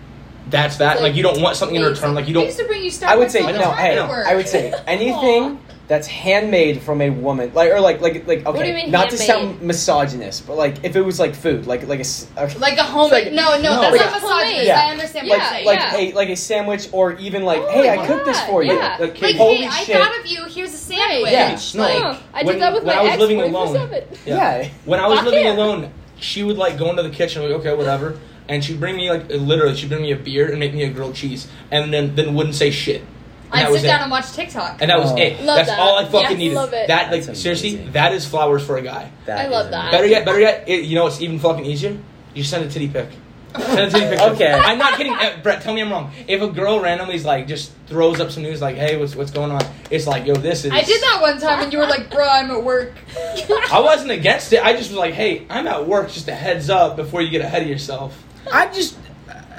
S2: that's that.
S3: Like,
S2: Like you don't want something
S4: [laughs]
S2: in
S3: please,
S2: return. Like you
S4: I
S2: don't.
S4: used to bring you Starbucks.
S1: I would say
S4: all the
S3: [laughs]
S1: no.
S4: time
S1: Hey,
S4: at work.
S1: I would say anything that's handmade from a woman, like or like like like okay,
S3: do you mean
S1: not to sound
S3: handmade?
S1: misogynist, but like if it was like food, like like a s- okay,
S4: Like a homemade.
S1: Like-
S4: no, no,
S1: No,
S4: that's
S1: like
S4: not
S3: a-
S4: misogynist.
S1: Yeah.
S4: I understand
S1: like
S4: what
S3: Yeah,
S4: you're saying.
S1: like
S3: yeah.
S1: a like a sandwich or even like
S3: Oh,
S1: hey, I
S3: yeah,
S1: cooked this for you.
S3: yeah.
S2: Like,
S4: Like,
S1: Holy
S4: hey, I
S1: shit.
S4: thought of you. Here's a sandwich.
S1: Yeah.
S2: No,
S4: Like,
S3: Oh, I
S2: when-
S3: did that with
S2: when
S3: my
S2: I was
S3: ex
S2: living
S3: 24/7.
S2: alone.
S1: yeah.
S2: When I was
S3: Fuck
S2: living
S3: yeah.
S2: alone, she would like go into the kitchen, like okay, whatever, and she'd bring me like literally, she'd bring me a beer and make me a grilled cheese, and then then wouldn't say shit. And that
S4: I'd
S2: was
S4: sit down
S2: it.
S4: and watch TikTok.
S2: and that was
S1: Oh.
S2: it.
S3: Love
S2: That's
S3: that.
S2: all I fucking
S4: Yes,
S2: needed.
S3: love it.
S2: That like
S1: That's
S2: seriously,
S1: amazing.
S2: that is flowers for a guy.
S3: I love that.
S2: Better yet, better yet, it, you know what's even fucking easier? You send a titty pic. Send a titty picture.
S1: [laughs] Okay.
S2: I'm not kidding. Uh, Brett, tell me I'm wrong. If a girl randomly is like just throws up some news like, hey, what's what's going on? It's like, yo, this is.
S4: I did that one time, and you were like, "Bro, I'm
S1: [laughs]
S4: at work." [laughs]
S2: I wasn't against it. I just was like, hey, I'm at work. Just a heads up before you get ahead of yourself.
S1: I just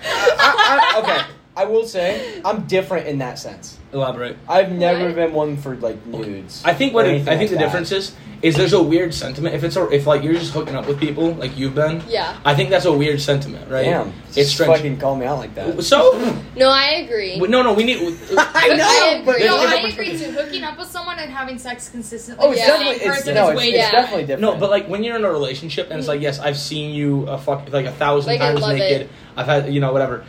S1: I, I, okay. I will say I'm different in that sense.
S2: Elaborate.
S1: I've never
S3: Right.
S1: been one for like nudes.
S2: I think what
S1: or
S2: it,
S1: anything
S2: I think
S1: like
S2: the
S1: that.
S2: difference is is there's a weird sentiment if it's a, if like you're just hooking up with people like you've been.
S3: Yeah.
S2: I think that's a weird sentiment, right?
S1: Damn,
S2: It's
S1: just
S2: strange.
S1: fucking call me out like that.
S3: [laughs]
S2: So
S3: No, I agree.
S2: no, no, we need.
S1: [laughs]
S3: [laughs]
S1: I
S3: I
S1: know,
S3: agree.
S1: but
S4: no,
S2: there's
S4: I
S2: different-
S4: agree too. Hooking up with someone and having sex consistently.
S1: oh, it's
S4: with the same
S1: definitely it's,
S4: person
S1: no,
S4: is
S1: it's,
S4: way
S1: it's
S3: yeah.
S4: different.
S1: definitely different.
S2: No, but like when you're in a relationship and it's like, yes, I've seen you a fuck like a thousand
S3: Like, I
S2: times
S3: love
S2: naked.
S3: it.
S2: I've had you know whatever,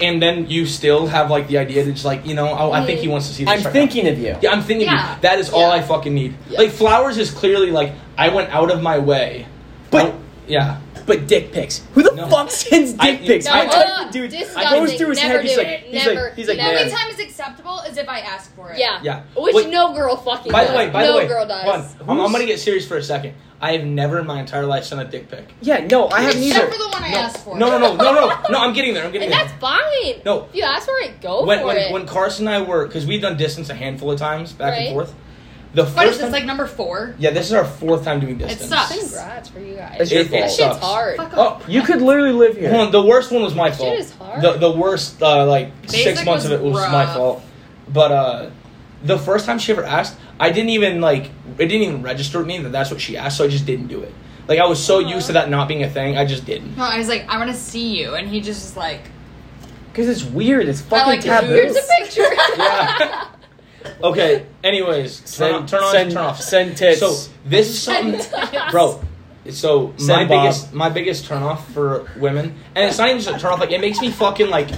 S2: and then you still have like the idea to just like you know oh, I think he wants to see this.
S1: I'm
S2: right now.
S1: thinking of you.
S2: Yeah, I'm thinking. of you.
S4: Yeah.
S2: That is all
S3: Mm. Yeah.
S2: I fucking need.
S3: Yeah.
S2: Like flowers is clearly like I went out of my way,
S1: But-
S2: I- yeah,
S1: But dick pics. Who the
S2: No.
S1: fuck sends dick
S2: I-
S1: pics?
S2: No,
S1: I
S3: ugh,
S1: typed the dude. I goes
S3: disgusting.
S1: through his
S3: Never
S1: head. He's
S3: do
S1: like,
S3: it.
S1: he's
S3: Never,
S1: like, he's like,
S4: The only
S1: man.
S4: time it's acceptable is if I ask for it.
S3: Yeah.
S2: yeah.
S3: Which
S2: Wait,
S3: no girl fucking
S2: By
S3: does.
S2: the way, by
S3: no
S2: the way,
S3: girl does.
S2: hold on. I'm, I'm gonna get serious for a second. I have never in my entire life sent a dick pic.
S1: Yeah, no, I haven't
S4: Except
S1: either.
S4: for the one I asked for.
S2: No, no, no,
S3: [laughs]
S2: no, no, no. I'm getting there. I'm getting
S3: And
S2: there.
S3: that's fine.
S2: No.
S3: If you ask for it, go
S2: when
S3: for
S2: when,
S3: it.
S2: when Carson and I were because we've done distance a handful of times back
S3: Right.
S2: and forth. The first
S4: What is this?
S2: time-
S4: Like number four?
S2: yeah, this is our fourth time doing distance.
S4: sucks.
S3: Congrats for you guys.
S1: That's
S2: It,
S1: your
S2: it
S1: fault.
S3: that
S1: It
S3: shit's
S2: sucks.
S3: hard.
S4: Fuck
S2: Oh,
S4: off.
S1: You could literally live here.
S2: Hold on, the worst one was my
S3: Shit
S2: fault.
S3: is hard.
S2: The the worst uh, like six
S4: Basic
S2: months
S4: was
S2: of it was my
S4: rough.
S2: fault. But uh, the first time she ever asked, I didn't even like it didn't even register with me that that's what she asked, so I just didn't do it. Like I was so
S3: Aw.
S2: used to that not being a thing, I just didn't.
S4: No, I was like, I want to see you, and he just is like, [laughs]
S1: Because it's weird. It's
S4: I
S1: fucking
S4: like your
S1: taboo.
S3: Here's a
S4: boobs.
S3: picture.
S2: [laughs]
S3: [laughs]
S2: Yeah. okay. Anyways, turn on, turn on,
S1: send,
S2: turn off.
S1: Send tits.
S2: So this
S3: [laughs]
S2: is something, bro. So my
S1: Send Bob.
S2: biggest my biggest turnoff for women, and it's not even just a turnoff. Like it makes me fucking like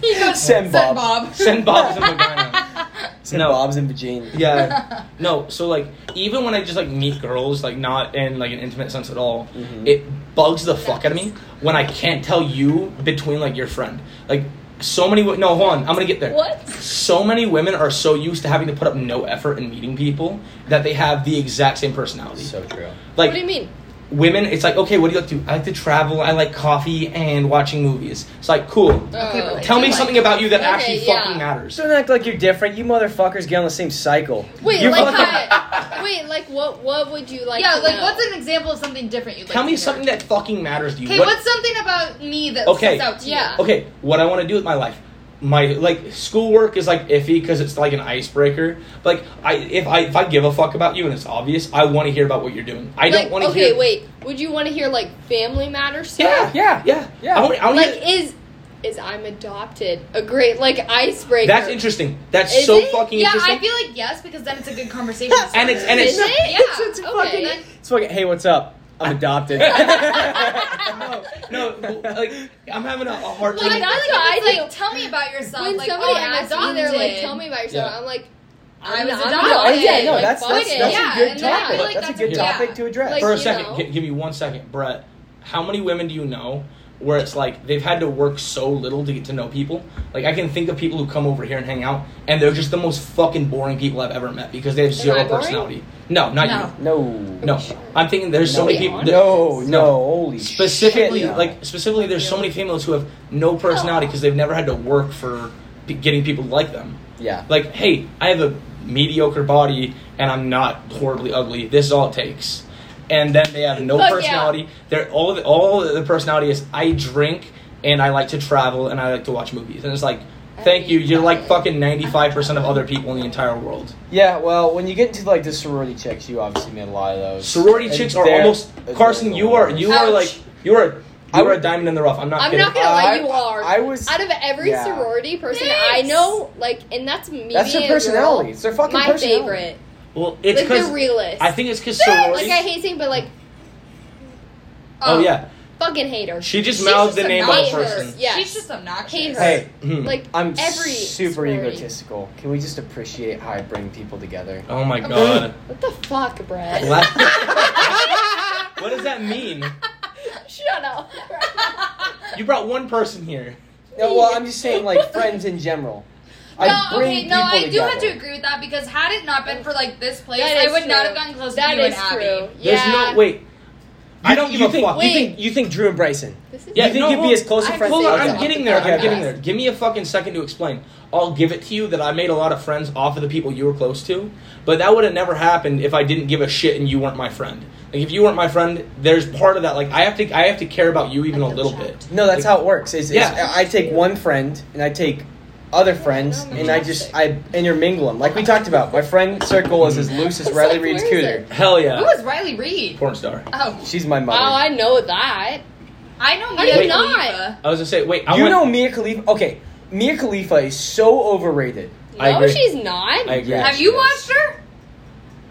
S4: He goes,
S1: Send
S4: "Send
S1: Bob."
S4: Bob. [laughs]
S2: send Bob's
S1: [laughs]
S2: in vagina.
S1: Send
S2: No.
S1: Bob's and vagina.
S2: Yeah, no. So like even when I just like meet girls, like not in like an intimate sense at all,
S1: Mhm.
S2: it bugs the fuck out of me when I can't tell you between like your friend. Like so many. wo- No, hold on. I'm gonna get there.
S3: what?
S2: so many women are so used to having to put up no effort in meeting people that they have the exact same personality.
S1: So true.
S2: like
S3: what do you mean?
S2: women, it's like, okay, what do you like to do? I like to travel, I like coffee and watching movies. It's like cool.
S4: Okay, but
S3: Oh.
S2: Tell me
S4: like-
S2: something about you that
S3: Okay,
S2: actually
S3: yeah.
S2: fucking matters.
S1: Don't act like you're different. You motherfuckers get on the same cycle.
S3: Wait,
S1: you
S3: like
S1: [laughs] fucking-
S3: what? Wait, like what? What would you like?
S4: yeah,
S3: to
S4: like
S3: know?
S4: what's an example of something different you like?
S2: [laughs] Tell me
S4: to
S2: something
S4: hear?
S2: that fucking matters to you.
S4: Okay,
S2: What-
S4: what's something about me that
S2: Okay.
S4: sticks out to
S3: Yeah.
S4: you?
S2: okay, what I want to do with my life. My like schoolwork is like iffy because it's like an icebreaker. Like I if I if I give a fuck about you and it's obvious, I want to hear about what you're doing. I
S3: like,
S2: don't want to
S3: Okay,
S2: hear.
S3: wait. Would you want to hear like family matters?
S2: Yeah,
S3: stuff?
S2: yeah, yeah,
S1: Yeah.
S2: I want, I want
S3: Like is is I'm adopted a great like icebreaker?
S2: That's interesting. That's
S3: Is
S2: so
S3: it?
S2: fucking
S4: Yeah,
S2: interesting.
S4: I feel like yes because then it's a good conversation.
S1: [laughs]
S2: and it's and
S3: Is
S2: it's
S3: it?
S1: It's,
S4: Yeah,
S1: it's
S3: okay.
S1: fucking. It's fucking. Hey, what's up? I'm [laughs] adopted.
S2: no, no, like I'm having a, a hard
S4: Well, I
S2: time.
S3: that's
S4: feel
S3: what
S4: like,
S3: I
S4: if it's
S3: do.
S4: like tell me about yourself.
S3: When
S4: like,
S3: somebody
S4: oh, I'm
S3: asks me, they're like,
S4: adopted.
S3: "Tell me about yourself,"
S2: Yeah.
S3: I'm like,
S4: I
S3: I'm
S4: was
S3: not-
S1: Oh,
S4: adopted.
S1: yeah, no,
S3: Like,
S1: that's
S3: fuck
S1: that's,
S3: it,
S1: that's
S4: yeah,
S1: a good topic.
S4: and then I feel like
S1: that's,
S4: that's
S1: a good
S2: a-
S1: topic
S4: yeah.
S1: to address.
S3: Like-
S2: For a
S3: you
S2: second,
S3: know.
S2: gi- give me one second, Brett. How many women do you know where it's like they've had to work so little to get to know people? Like I can think of people who come over here and hang out, and they're just the most fucking boring people I've ever met because they have
S3: I
S2: zero
S3: boring?
S2: personality. No, not
S4: No.
S1: no,
S2: you. No, I'm thinking there's so
S1: No.
S2: many people.
S1: no, no,
S2: No.
S1: holy
S2: specifically
S1: shit, no.
S2: like specifically there's so many females who have no personality because they've never had to work for p- getting people to like them
S1: yeah.
S2: like hey i have a mediocre body and i'm not horribly ugly this is all it takes and then they have no
S3: Fuck Oh, yeah.
S2: personality they're all the, all the personality is i drink and i like to travel and i like to watch movies and it's like thank you you're like fucking 95% of other people in the entire world
S1: Yeah, well, when you get into like the sorority chicks, you obviously meet a lot of those.
S2: sorority
S1: And
S2: chicks are
S1: they're-
S2: almost
S1: they're
S2: carson
S1: the
S2: you are
S1: worst.
S2: you are
S4: Ouch.
S2: like you are You
S1: I
S2: were a
S1: would-
S2: diamond in the rough. I'm not
S3: I'm
S2: kidding.
S3: not gonna lie, you
S1: I-
S3: are.
S1: I was-
S3: out of every
S1: yeah.
S3: sorority person I
S4: Thanks.
S3: know, like, and that's me.
S1: That's
S3: being
S1: their personality.
S3: A
S1: It's their
S3: girl,
S1: fucking
S3: my
S1: personality.
S3: favorite.
S2: well, it's
S3: like
S2: because
S3: the realist.
S2: I think it's because
S3: [laughs] Like
S2: sororities.
S3: I hate saying, but like. um,
S2: oh yeah,
S3: Fucking hate her.
S2: she just
S4: She's
S2: mouthed
S4: just
S2: the name of a
S3: obnoxious.
S2: person.
S3: Yes.
S4: She's just obnoxious.
S3: Hate her.
S1: Hey,
S2: Hmm.
S3: Like
S1: I'm
S3: every
S1: super
S3: sorority.
S1: egotistical. Can we just appreciate how I bring people together?
S2: oh my god.
S3: What the fuck, Brett?
S4: [laughs]
S2: what does that mean?
S3: [laughs] Shut up.
S2: You brought one person here.
S1: No, well, I'm just saying, like friends in general. I
S4: no,
S1: bring
S4: okay, no,
S1: people
S4: I do
S1: together.
S4: have to agree with that because had it not been for like this place,
S3: That
S4: I
S3: is
S4: would not
S3: true.
S4: have gotten close
S3: That
S4: to you
S3: is
S4: and Abby.
S3: true.
S2: There's
S3: Yeah.
S2: no wait. I don't
S1: you
S2: give a
S1: think,
S2: fuck.
S1: You think you think Drew and Bryson?
S3: This is
S2: Yeah,
S1: you think
S2: no,
S1: you'd be
S2: hold-
S1: as close
S3: I-
S1: a friend?
S2: Hold
S1: to
S2: on,
S3: It's
S1: Aiden?
S2: I'm
S3: off
S2: getting
S3: the
S2: there. I'm
S1: podcast.
S2: getting there. Give me a fucking second to explain. I'll give it to you that I made a lot of friends off of the people you were close to, but that would have never happened if I didn't give a shit and you weren't my friend. Like if you weren't my friend, there's part of that. Like I have to, I have to care about you even a
S4: feel
S2: little
S4: trapped.
S2: bit.
S1: No, that's how it works. Is,
S2: Yeah.
S1: is I take one friend and I take other friends
S3: no,
S1: and I just I intermingle them like we talked about. My friend circle is as loose as
S3: It's
S1: Riley
S3: like,
S1: Reed's
S3: where is
S1: cooter.
S2: Hell
S4: Who
S2: yeah,
S4: is Riley Reed?
S2: porn star.
S4: Oh,
S1: She's my
S3: Oh,
S1: mother.
S3: I know that.
S4: I know
S3: How
S4: Mia
S3: do you
S4: Khalifa.
S3: not?
S2: I was gonna say, wait, I
S1: you
S2: went-
S1: know Mia Khalifa? Okay, Mia Khalifa is so overrated.
S2: I
S3: No,
S2: agree.
S3: she's not.
S2: I agree.
S1: Yeah.
S4: Have you watched her?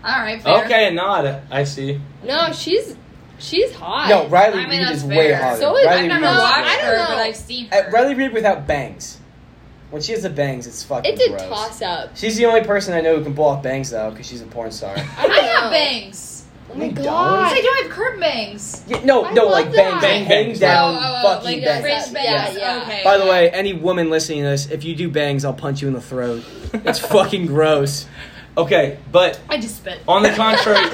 S4: All right, fair.
S2: Okay, a nod. I see.
S3: No, she's she's hot.
S1: No, Riley
S4: I mean,
S1: Reid
S4: that's
S1: is way
S4: fair.
S1: hotter.
S3: So is-
S1: Riley
S3: I've
S1: Reid
S4: I've never
S1: is
S3: No,
S4: watched
S1: way
S3: I
S4: her,
S3: don't
S1: hotter.
S3: know.
S4: but I've seen her.
S1: Uh, Riley Reid without bangs. When she has the bangs, it's fucking.
S3: It's a
S1: gross.
S3: toss up.
S1: She's the only person I know who can blow off bangs though, because she's a porn
S4: [laughs]
S1: star.
S4: I have bangs.
S3: Oh
S1: No,
S3: my
S1: you don't.
S4: Yes,
S3: god.
S4: I do have curb bangs.
S1: Yeah, no,
S3: I
S1: no,
S3: love
S1: like
S3: that.
S1: bang, bang,
S2: Bang,
S1: bang
S2: bang.
S1: down,
S4: Oh, oh, oh,
S1: fucking
S4: like
S1: bang.
S3: fringe
S4: fringe bangs.
S3: bangs. Yeah,
S4: Okay.
S3: yeah.
S1: By the way, any woman listening to this, if you do bangs, I'll punch you in the throat.
S2: [laughs]
S1: It's fucking gross.
S2: Okay, but
S4: I just spit.
S2: on the contrary, a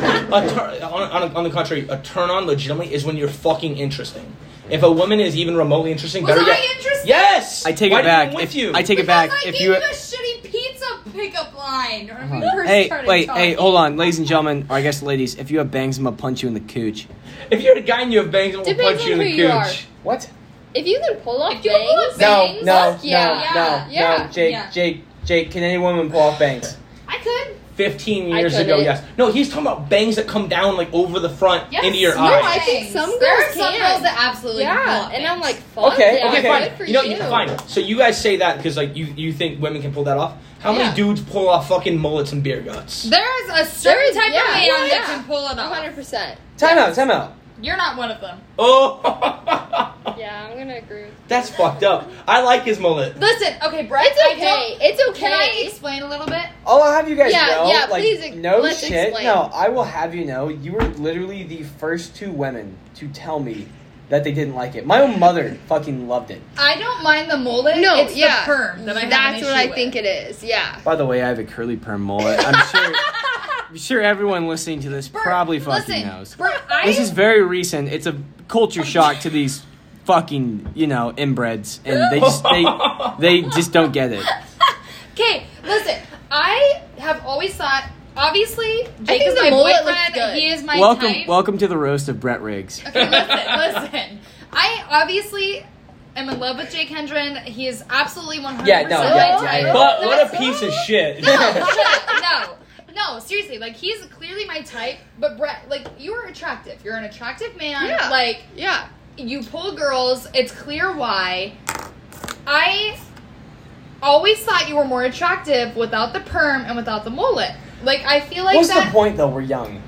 S2: tur- on, on, on the contrary, a turn on legitimately is when you're fucking interesting. If a woman is even remotely interesting,
S4: Was
S2: better
S4: I
S2: yet,
S4: interested?
S2: yes.
S1: I take
S2: Why
S1: it
S2: did
S1: back.
S2: With
S1: if
S2: you,
S1: I take it
S4: Because
S1: back.
S4: I
S1: if
S4: gave
S1: you, Uh-huh.
S4: you a shitty pizza pickup line. when we first
S1: hey,
S4: started
S1: wait, hey,
S4: talking.
S1: hold on, ladies and gentlemen, or I guess ladies, if you have bangs, I'm gonna punch you in the cooch.
S2: If you're a guy and you have bangs, we'll
S3: Depends
S2: punch you in
S3: on
S2: the
S3: who you are.
S2: cooch.
S1: What?
S3: If you can pull off
S4: If you can pull
S3: bangs,
S4: off
S1: No,
S4: Bangs?
S1: no,
S3: Fuck
S1: no,
S3: yeah.
S1: no,
S3: Yeah,
S1: no, Jake,
S4: yeah.
S1: Jake, Jake. Can any woman pull off bangs?
S4: I could.
S2: Fifteen
S3: I
S2: years ago,
S3: couldn't.
S2: yes. No, he's talking about bangs that come down like over the front
S4: Yes.
S2: into your
S4: no,
S2: eye.
S3: I
S4: bangs.
S3: think some
S4: there
S3: girls
S4: are some
S3: can.
S4: girls that absolutely can pull
S3: yeah,
S4: off
S3: and
S4: bangs.
S3: I'm like, fuck.
S1: Okay,
S3: yeah,
S1: okay,
S3: good
S2: fine.
S3: for
S2: you know, fine. So you guys say that because like you you think women can pull that off. How
S4: Yeah.
S2: many dudes pull off fucking mullets and beer guts?
S4: There's Oh, a certain
S3: There is-
S4: type
S3: yeah,
S4: of man
S3: yeah.
S4: that can pull it off.
S3: 100%.
S1: Time out, time out.
S4: You're not one of them.
S2: Oh,
S3: Yeah, I'm gonna agree.
S2: [laughs] that's fucked up. I like his mullet.
S4: Listen, okay, Brett.
S3: It's
S4: I don't-
S3: okay. It's okay.
S4: Can I explain a little bit?
S1: Oh, I'll have you guys
S3: Yeah,
S1: know.
S3: yeah,
S1: like,
S3: please ex-
S1: no
S3: let's
S1: shit.
S3: explain.
S1: No, I will have you know. You were literally the first two women to tell me that they didn't like it. My own mother fucking loved it.
S4: I don't mind the mullet.
S3: no,
S4: it's
S3: yeah.
S4: the perm that I have
S3: That's
S4: an
S3: what I
S4: issue
S3: think
S4: with.
S3: it is. Yeah.
S1: By the way, I have a curly perm mullet. I'm
S3: [laughs]
S1: sure. I'm sure everyone listening to this
S4: Bert,
S1: probably fucking
S4: listen,
S1: knows.
S4: Bert, I,
S1: This is very recent. It's a culture shock to these fucking you know inbreds, and they just they they just don't get it.
S4: [laughs] Okay, listen. I have always thought. Obviously, Jake
S3: think
S4: is
S3: the
S4: my
S3: mullet looks
S4: boyfriend.
S3: good.
S4: He is [laughs] my
S1: welcome,
S4: type.
S1: welcome to the roast of Brett Riggs.
S4: Okay, listen, [laughs] listen. I obviously am in love with Jake Hendren. He is absolutely one hundred
S1: Yeah,
S4: percent
S1: no,
S4: my
S1: yeah,
S4: type.
S1: yeah, yeah.
S2: But what a piece of
S4: [laughs]
S2: shit.
S4: No, shut up. No, no, seriously. Like he's clearly my type, but Brett, like you are attractive. You're an attractive man.
S3: Yeah.
S4: Like
S3: Yeah.
S4: you pull girls. It's clear why. I always thought you were more attractive without the perm and without the mullet. Like I feel like
S1: What's
S4: that.
S1: the point though? We're young.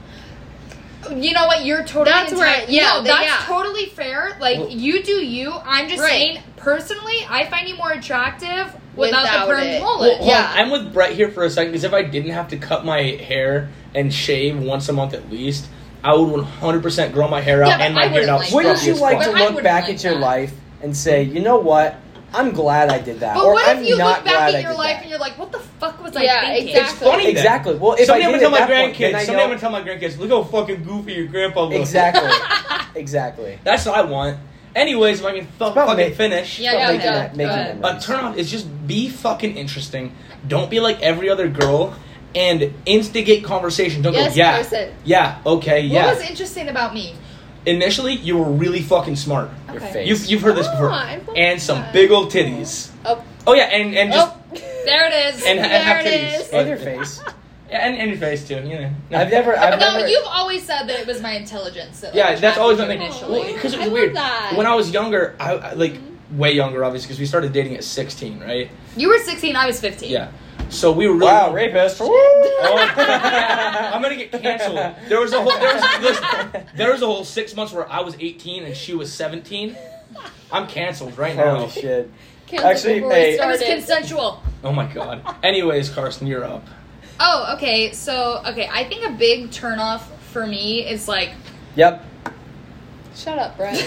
S4: You know what? You're totally
S3: That's where I-
S4: entitled-
S3: yeah,
S4: No,
S3: the-
S4: that's
S3: yeah.
S4: totally fair. Like
S2: Well-
S4: you do you. I'm just
S3: Right.
S4: saying. Personally, I find you more attractive without,
S3: Without
S4: the perm
S3: it.
S4: and
S2: Well,
S4: mullet.
S2: hold on,
S3: yeah.
S2: I'm with Brett here for a second because if I didn't have to cut my hair and shave once a month at least, I would 100% grow my hair out
S4: Yeah, but
S2: and my
S4: I
S2: beard
S4: wouldn't
S2: out.
S4: like
S2: scruffy
S1: Wouldn't you
S2: as
S1: like
S2: fuck.
S1: to
S4: But I
S1: look
S4: wouldn't
S1: back
S4: like
S1: at your
S4: that.
S1: life and say, you know what? I'm glad I did that.
S4: But
S1: or
S4: what
S1: I'm
S4: if you
S1: not
S4: look back
S1: glad I
S4: at your
S1: did
S4: life
S1: that.
S4: and you're like, what the fuck was
S3: Yeah,
S4: I thinking?
S3: exactly.
S2: It's funny. then.
S1: Exactly. Well, if
S2: Someday
S1: I
S2: I'm
S1: did
S2: gonna tell my
S1: at that point, then
S2: grandkids.
S1: I
S2: Someday I'm
S1: know-
S2: gonna tell my grandkids. Look how fucking goofy your grandpa
S4: [laughs]
S2: looks.
S1: Exactly. exactly.
S2: That's what I want. Anyways, if I can fu-
S1: about
S2: fucking
S1: ma-
S2: finish.
S4: Yeah,
S1: Stop
S4: yeah,
S1: making
S4: yeah.
S1: that- making
S4: Go
S1: that
S4: ahead.
S2: A
S1: noise.
S2: turn on is just be fucking interesting. Don't be like every other girl and instigate conversation. Don't
S3: Yes,
S2: go, yeah.
S3: person.
S2: Yeah, okay, yeah.
S4: What was interesting about me?
S2: Initially, you were really fucking smart.
S1: Your
S2: [laughs]
S4: Okay.
S1: face.
S2: You've, you've heard this
S3: Oh,
S2: before.
S3: I love
S2: And some
S3: that.
S2: big old titties.
S3: Oh.
S2: Oh, yeah, and, and just.
S3: oh.
S4: There it is.
S2: And,
S3: [laughs]
S2: and
S3: There
S2: have
S3: it
S2: titties.
S3: is.
S1: and your face.
S2: And Yeah, and, and your face too. You know.
S1: I've never. I've
S4: no,
S1: never.
S4: you've always said that it was my intelligence. That, like,
S2: Yeah, that's always been
S4: attracted
S2: my
S4: you
S2: thing.
S4: initially.
S2: Well, because it
S3: Oh, I
S2: was
S3: love
S2: weird.
S3: that. Mm-hmm.
S2: When I was younger, I, I like way younger, obviously, because we started dating at 16, right?
S4: you were 16, I was 15.
S2: Yeah. So we were really Oh,
S1: wow,
S2: [laughs]
S1: rapist. [laughs] Woo! Oh.
S2: I'm gonna get canceled. There was a whole there was, listen, there was a whole six months where I was 18 and she was 17. I'm canceled right now.
S1: Holy shit.
S3: Canceled
S1: Actually,
S3: before we
S1: hey-
S4: It was
S3: started.
S4: consensual.
S2: Oh my god. Anyways, Carson, you're up.
S4: Oh, okay. So, okay, I think a big turnoff for me is like [laughs]
S1: Yep.
S3: Shut up, Brett.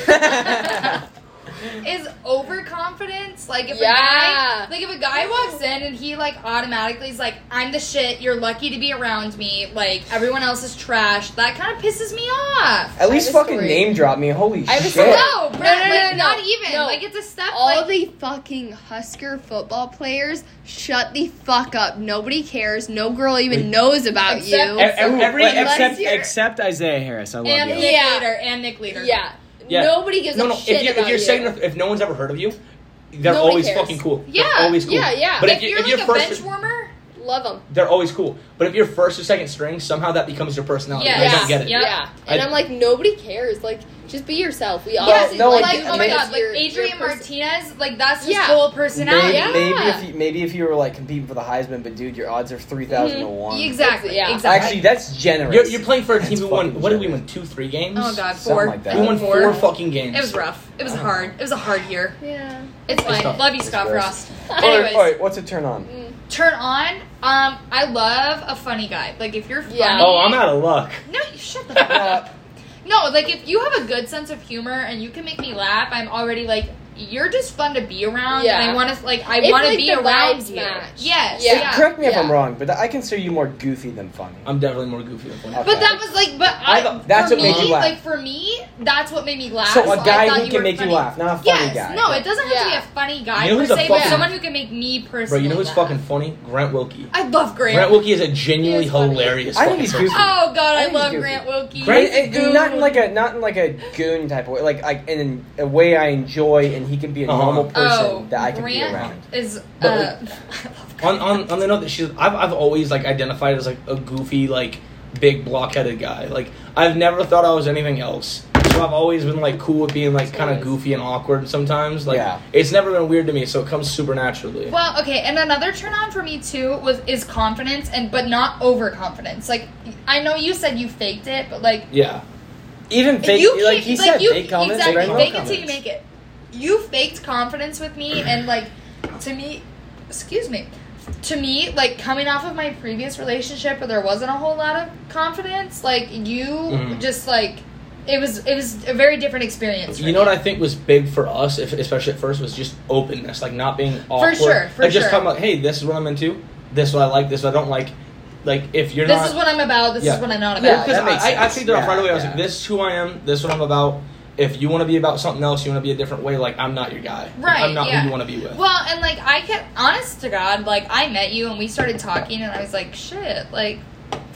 S4: is overconfidence. Like if
S3: Yeah.
S4: a guy, like if a guy walks in and he like automatically is like, "I'm the shit. You're lucky to be around me. Like everyone else is trash." That kind of pisses me off.
S1: At
S3: I
S1: least
S3: have a
S1: fucking
S3: story.
S1: name drop me. Holy
S3: I have a
S1: shit.
S3: story.
S4: No,
S3: No,
S4: Brett,
S3: no, no,
S4: like,
S3: no,
S4: not
S3: no.
S4: even.
S3: No.
S4: Like it's a step.
S3: All
S4: like,
S3: the fucking Husker football players, shut the fuck up. Nobody cares. No girl even knows about
S4: Except-
S2: E-
S3: you.
S2: e- every-
S1: Wait,
S3: Let's
S1: except
S3: hear it.
S1: except Isaiah Harris. I love
S4: and
S1: you.
S4: Nick
S3: Yeah.
S4: Leader and Nick Leader.
S3: Yeah.
S2: Yeah.
S3: Nobody gives
S2: No,
S3: a
S2: no. If,
S3: shit
S2: you,
S3: about
S2: if you're
S3: you.
S2: saying if, if no one's ever heard of you, they're
S3: Nobody
S2: always
S3: cares.
S2: fucking cool. They're
S3: Yeah,
S2: always cool.
S3: yeah, yeah.
S2: But
S4: if,
S2: if, you,
S4: you're
S2: if
S4: like
S2: you're
S4: a
S2: first,
S4: bench warmer,
S3: Love them.
S2: they're always cool. But if you're first or second string, somehow that becomes your personality.
S4: Yeah.
S2: I don't get it.
S4: Yeah.
S3: Yeah. And
S2: I-
S3: I, am like, nobody cares. Like, just be yourself. We
S1: Well,
S3: obviously
S1: no,
S3: like,
S1: like,
S4: like
S3: you
S4: oh my
S1: maybe-
S3: because
S4: god, like
S3: you're-
S4: Adrian
S3: you're a person-
S4: Martinez, like that's his
S3: Yeah.
S4: whole
S1: Maybe,
S4: personality.
S3: yeah.
S1: maybe if you, maybe if you were like competing for the Heisman, but dude, your odds are three thousand to one.
S4: Mm-hmm. Exactly.
S3: Yeah.
S4: Exactly.
S1: Actually, that's generous.
S2: You're, you're playing for a
S1: That's
S2: team who won.
S1: fucking
S2: What did we
S1: generous.
S2: win? Two, three games.
S4: oh god,
S1: Something
S4: four.
S1: like that.
S2: we won four,
S4: Four.
S2: fucking games.
S4: It was rough. It was
S1: Wow.
S4: hard. It was a hard year.
S3: Yeah.
S4: It's fine.
S2: tough.
S4: Love you,
S1: It's
S4: Scott
S1: gross.
S4: Frost.
S1: All right,
S4: [laughs] Anyways,
S1: all right, what's a turn on?
S3: Mm.
S4: turn on. Um, I love a funny guy. Like if you're funny.
S3: Yeah.
S2: Oh, I'm out of luck.
S4: No, you shut the fuck up. No, like if you have a good sense of humor and you can make me laugh, I'm already like, you're just fun to be around.
S3: Yeah.
S4: And I want to like, I
S3: It's
S4: want to
S3: like
S4: be
S3: the
S4: around
S3: vibes
S4: you.
S3: match.
S4: Yes.
S3: Yeah.
S4: Yeah.
S1: Correct me if
S3: yeah.
S1: I'm wrong, but I consider you more goofy than funny.
S2: I'm definitely more goofy than funny.
S1: Okay.
S4: But that was like, but
S1: I
S4: I,
S1: thought- that's
S4: for
S1: what made
S4: me,
S1: you laugh.
S4: Like for me, that's what made me laugh.
S1: so a
S4: I
S1: guy
S4: thought
S1: who can
S4: were
S1: make
S4: funny.
S1: you laugh, not a funny
S4: Yes.
S1: guy.
S4: No, it doesn't have to be
S3: Yeah.
S4: a funny guy
S2: You know
S4: per
S2: who's a
S4: se, but
S2: fucking-
S4: someone who can make me personally.
S2: Bro, you know who's
S4: laugh.
S2: fucking funny? Grant Wilkie.
S4: I love Grant.
S2: Grant Wilkie is a genuinely
S3: He is funny.
S2: hilarious.
S1: I think
S2: fucking
S1: he's
S2: person.
S1: goofy.
S4: Oh god,
S1: I
S4: I,
S1: think
S4: love
S1: he's
S4: Grant Wilkie.
S2: Right?
S1: And- and not in like a not in like a goon type of way, like like in a way I enjoy, and he can be a
S2: Uh-huh.
S1: normal person
S4: Oh,
S1: that I can
S4: Grant?
S1: be around.
S4: Is [laughs]
S2: But,
S4: uh,
S2: On, on on the note that she's, I've I've always like identified as like a goofy like big blockheaded guy. Like I've never thought I was anything else. So I've always been like cool with being like kind of goofy and awkward sometimes. Like
S1: Yeah.
S2: it's never been weird to me, so it comes supernaturally.
S4: well, okay. And another turn on for me too was is confidence, and but not overconfidence. Like I know you said you faked it, but like
S2: Yeah.
S1: Even fake,
S4: you can't,
S1: like he said,
S4: you,
S1: fake comments,
S4: exactly.
S1: fake
S4: fake
S1: comments.
S4: it till you make it. You faked confidence with me, and like to me, excuse me. To me, like coming off of my previous relationship where there wasn't a whole lot of confidence, like you
S1: Mm-hmm.
S2: Mhm.
S4: just like it was it was a very different experience. for
S2: You know what
S4: me.
S2: I think was big for us, if, especially at first, was just openness, like not being awkward.
S4: sure, for
S2: like just
S4: sure.
S2: talking about, hey, this is what I'm into, this is what I like, this is what I don't like. Like if you're
S4: this
S2: not,
S4: is what I'm about. This
S2: Yeah.
S4: is what I'm not
S1: Yeah,
S4: about.
S2: because
S1: that makes
S2: I, I, I
S1: sense.
S2: figured out
S1: Yeah,
S2: right away. I was
S1: yeah.
S2: like, this is who I am. This is what I'm about. If you want to be about something else, you want to be a different way. Like I'm not your guy.
S4: Right,
S2: I'm not
S4: yeah.
S2: who you want to be with. [laughs]
S4: Well, and like I kept honest to God, like I met you and we started talking, and I was like, shit, like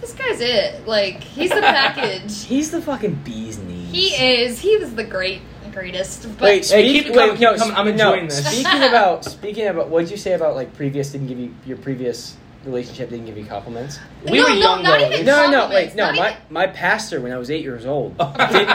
S4: this guy's it. Like
S1: [laughs]
S4: he's the package.
S1: He's the fucking bee's knees.
S4: He is. He was the great, greatest. But
S1: Wait,
S2: Hey,
S1: speak-
S2: keep it coming,
S1: wait,
S2: keep
S1: no,
S2: it coming. I'm
S1: no,
S2: enjoying this.
S1: Speaking about speaking about what did you say about like previous didn't give you your previous relationship didn't give you
S4: [laughs]
S1: compliments?
S2: we
S4: no,
S2: were
S4: no,
S2: young
S4: not
S2: though.
S4: even-
S1: No, no, wait,
S4: Compliments,
S1: no.
S4: not
S1: My
S4: even-
S1: my pastor when I was eight years old, didn't,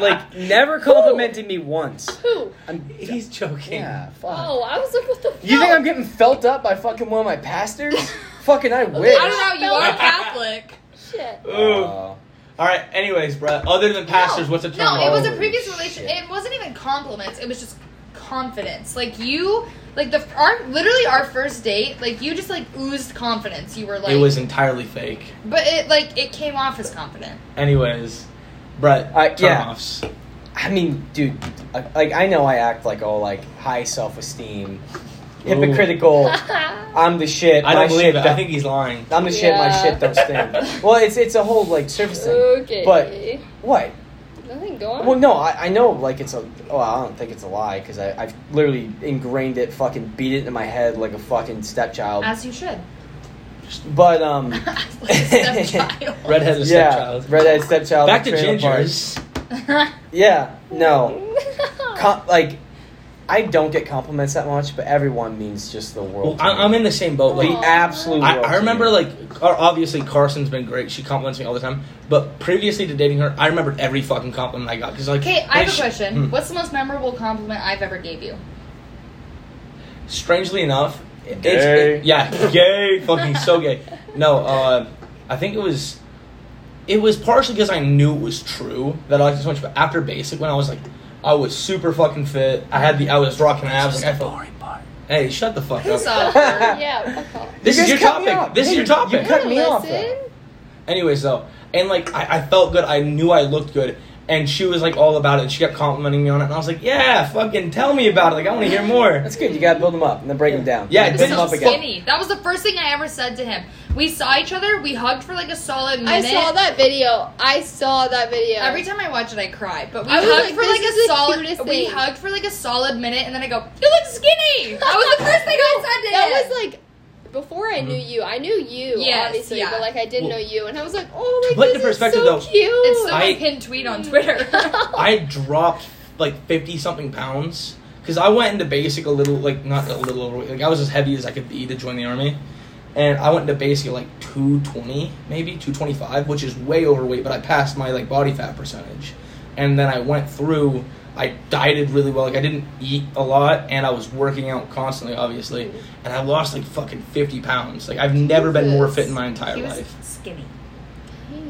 S1: like [laughs] never complimented me once.
S3: Who?
S1: I'm,
S2: he's joking.
S1: yeah, Uh, fuck.
S3: Oh, I was like, what the fuck?
S1: You think I'm getting felt up by fucking one of my pastors? fucking, I wish.
S4: I don't know. You are [laughs] Catholic.
S3: Shit.
S2: Ooh.
S1: Oh.
S2: All right. Anyways, bruh. Other than pastors,
S4: no,
S2: what's a turn
S4: No, it
S1: off?
S4: was a
S1: Holy
S4: previous relationship.
S1: shit.
S4: It wasn't even compliments. It was just confidence. Like you, like the our literally our first date. Like you just like oozed confidence. You were like,
S2: it was entirely fake.
S4: but it like it came off as confident.
S2: Anyways, Brett,
S1: Uh, yeah.
S2: turn-offs.
S1: I mean, dude, I- like I know I act like all like high self-esteem,
S2: Oh.
S1: hypocritical. I'm the shit. my
S2: I don't
S1: shit
S2: believe it.
S1: don't-
S2: I think he's lying.
S1: I'm the shit. My
S3: Yeah.
S1: shit don't stink. well, it's it's a whole like surface thing.
S3: okay.
S1: But- What?
S3: Nothing going.
S1: Well, no, I, I know like it's a. Well, I don't think it's a lie because I've literally ingrained it, fucking beat it in my head like a fucking stepchild.
S4: [laughs] As you should. [laughs]
S1: But um,
S4: like a
S2: [laughs]
S4: stepchild.
S2: Redheaded
S1: yeah,
S2: [laughs] stepchild.
S1: redhead stepchild.
S2: Back to
S1: trailer park.
S2: gingers.
S1: Yeah, no. Com- like I don't get compliments that much, but everyone means just the
S2: Well,
S1: world. to
S2: I,
S1: me.
S2: I'm in the same boat.
S1: the
S2: Like,
S4: Aw.
S1: absolute.
S2: I,
S1: world
S2: I
S1: to
S2: remember
S1: me.
S2: like Car- obviously Carson's been great. She compliments me all the time. But previously to dating her, I remembered every fucking compliment I got because
S4: [laughs]
S2: like
S4: Okay, I
S2: like,
S4: have a
S2: she-
S4: question.
S2: Hmm.
S4: What's the most memorable compliment I've ever gave you?
S2: Strangely enough, it's
S1: Gay.
S2: it- yeah, [laughs] gay, fucking so gay. No, uh, I think it was it was partially because I knew it was true that I liked it so much. But after basic, when I was like, I was super fucking fit. I had the I was rocking abs. Like I felt. Hey, shut the fuck up.
S4: Piss
S2: [laughs]
S4: off.
S3: yeah, fuck off.
S2: This
S1: You
S2: is
S1: guys
S2: your
S1: cut me
S2: topic.
S1: off.
S2: This is
S1: Hey,
S2: your topic.
S1: You cut me off.
S3: Listen.
S1: though.
S2: Anyways, though, and like I, I felt good. I knew I looked good, and she was like all about it. She kept complimenting me on it, and I was like, "Yeah, fucking tell me about it. Like I want to hear more."
S1: That's good. You gotta build them up and then break them down.
S2: Yeah, it
S1: build
S4: was
S2: did.
S1: them
S4: so
S1: up again.
S4: skinny. That was the first thing I ever said to him. We saw each other. We hugged for like a solid minute.
S3: I saw that video. I saw that video.
S4: Every time I watch it, I cry. But we
S3: I was
S4: hugged
S3: like,
S4: for
S3: this
S4: like
S3: is
S4: a
S3: the
S4: solid.
S3: cutest
S4: We
S3: thing.
S4: hugged for like a solid minute, and then I go, "You look skinny." That was
S3: [laughs]
S4: the first thing I said to him.
S3: that was like before I knew
S2: Mhm.
S3: you. I knew you,
S4: Yes,
S3: obviously,
S4: yeah.
S3: but like I didn't
S2: Well-
S3: know you, and I was like, oh my
S2: To put
S3: god,
S2: into perspective,
S3: so
S2: though,
S3: cute. Mm.
S4: it's still my
S2: I-
S4: pinned tweet on
S3: [laughs]
S4: Twitter. [laughs]
S2: I dropped like fifty something pounds because I went into basic a little, like not a little overweight. Like I was as heavy as I could be to join the army, and I went into basic at like two twenty, maybe two twenty five, which is way overweight. But I passed my like body fat percentage, and then I went through. I dieted really well. Like I didn't eat a lot, and I was working out constantly, obviously. And I lost like fucking fifty pounds. Like I've never been more fit in my entire
S4: he was
S2: life.
S4: skinny.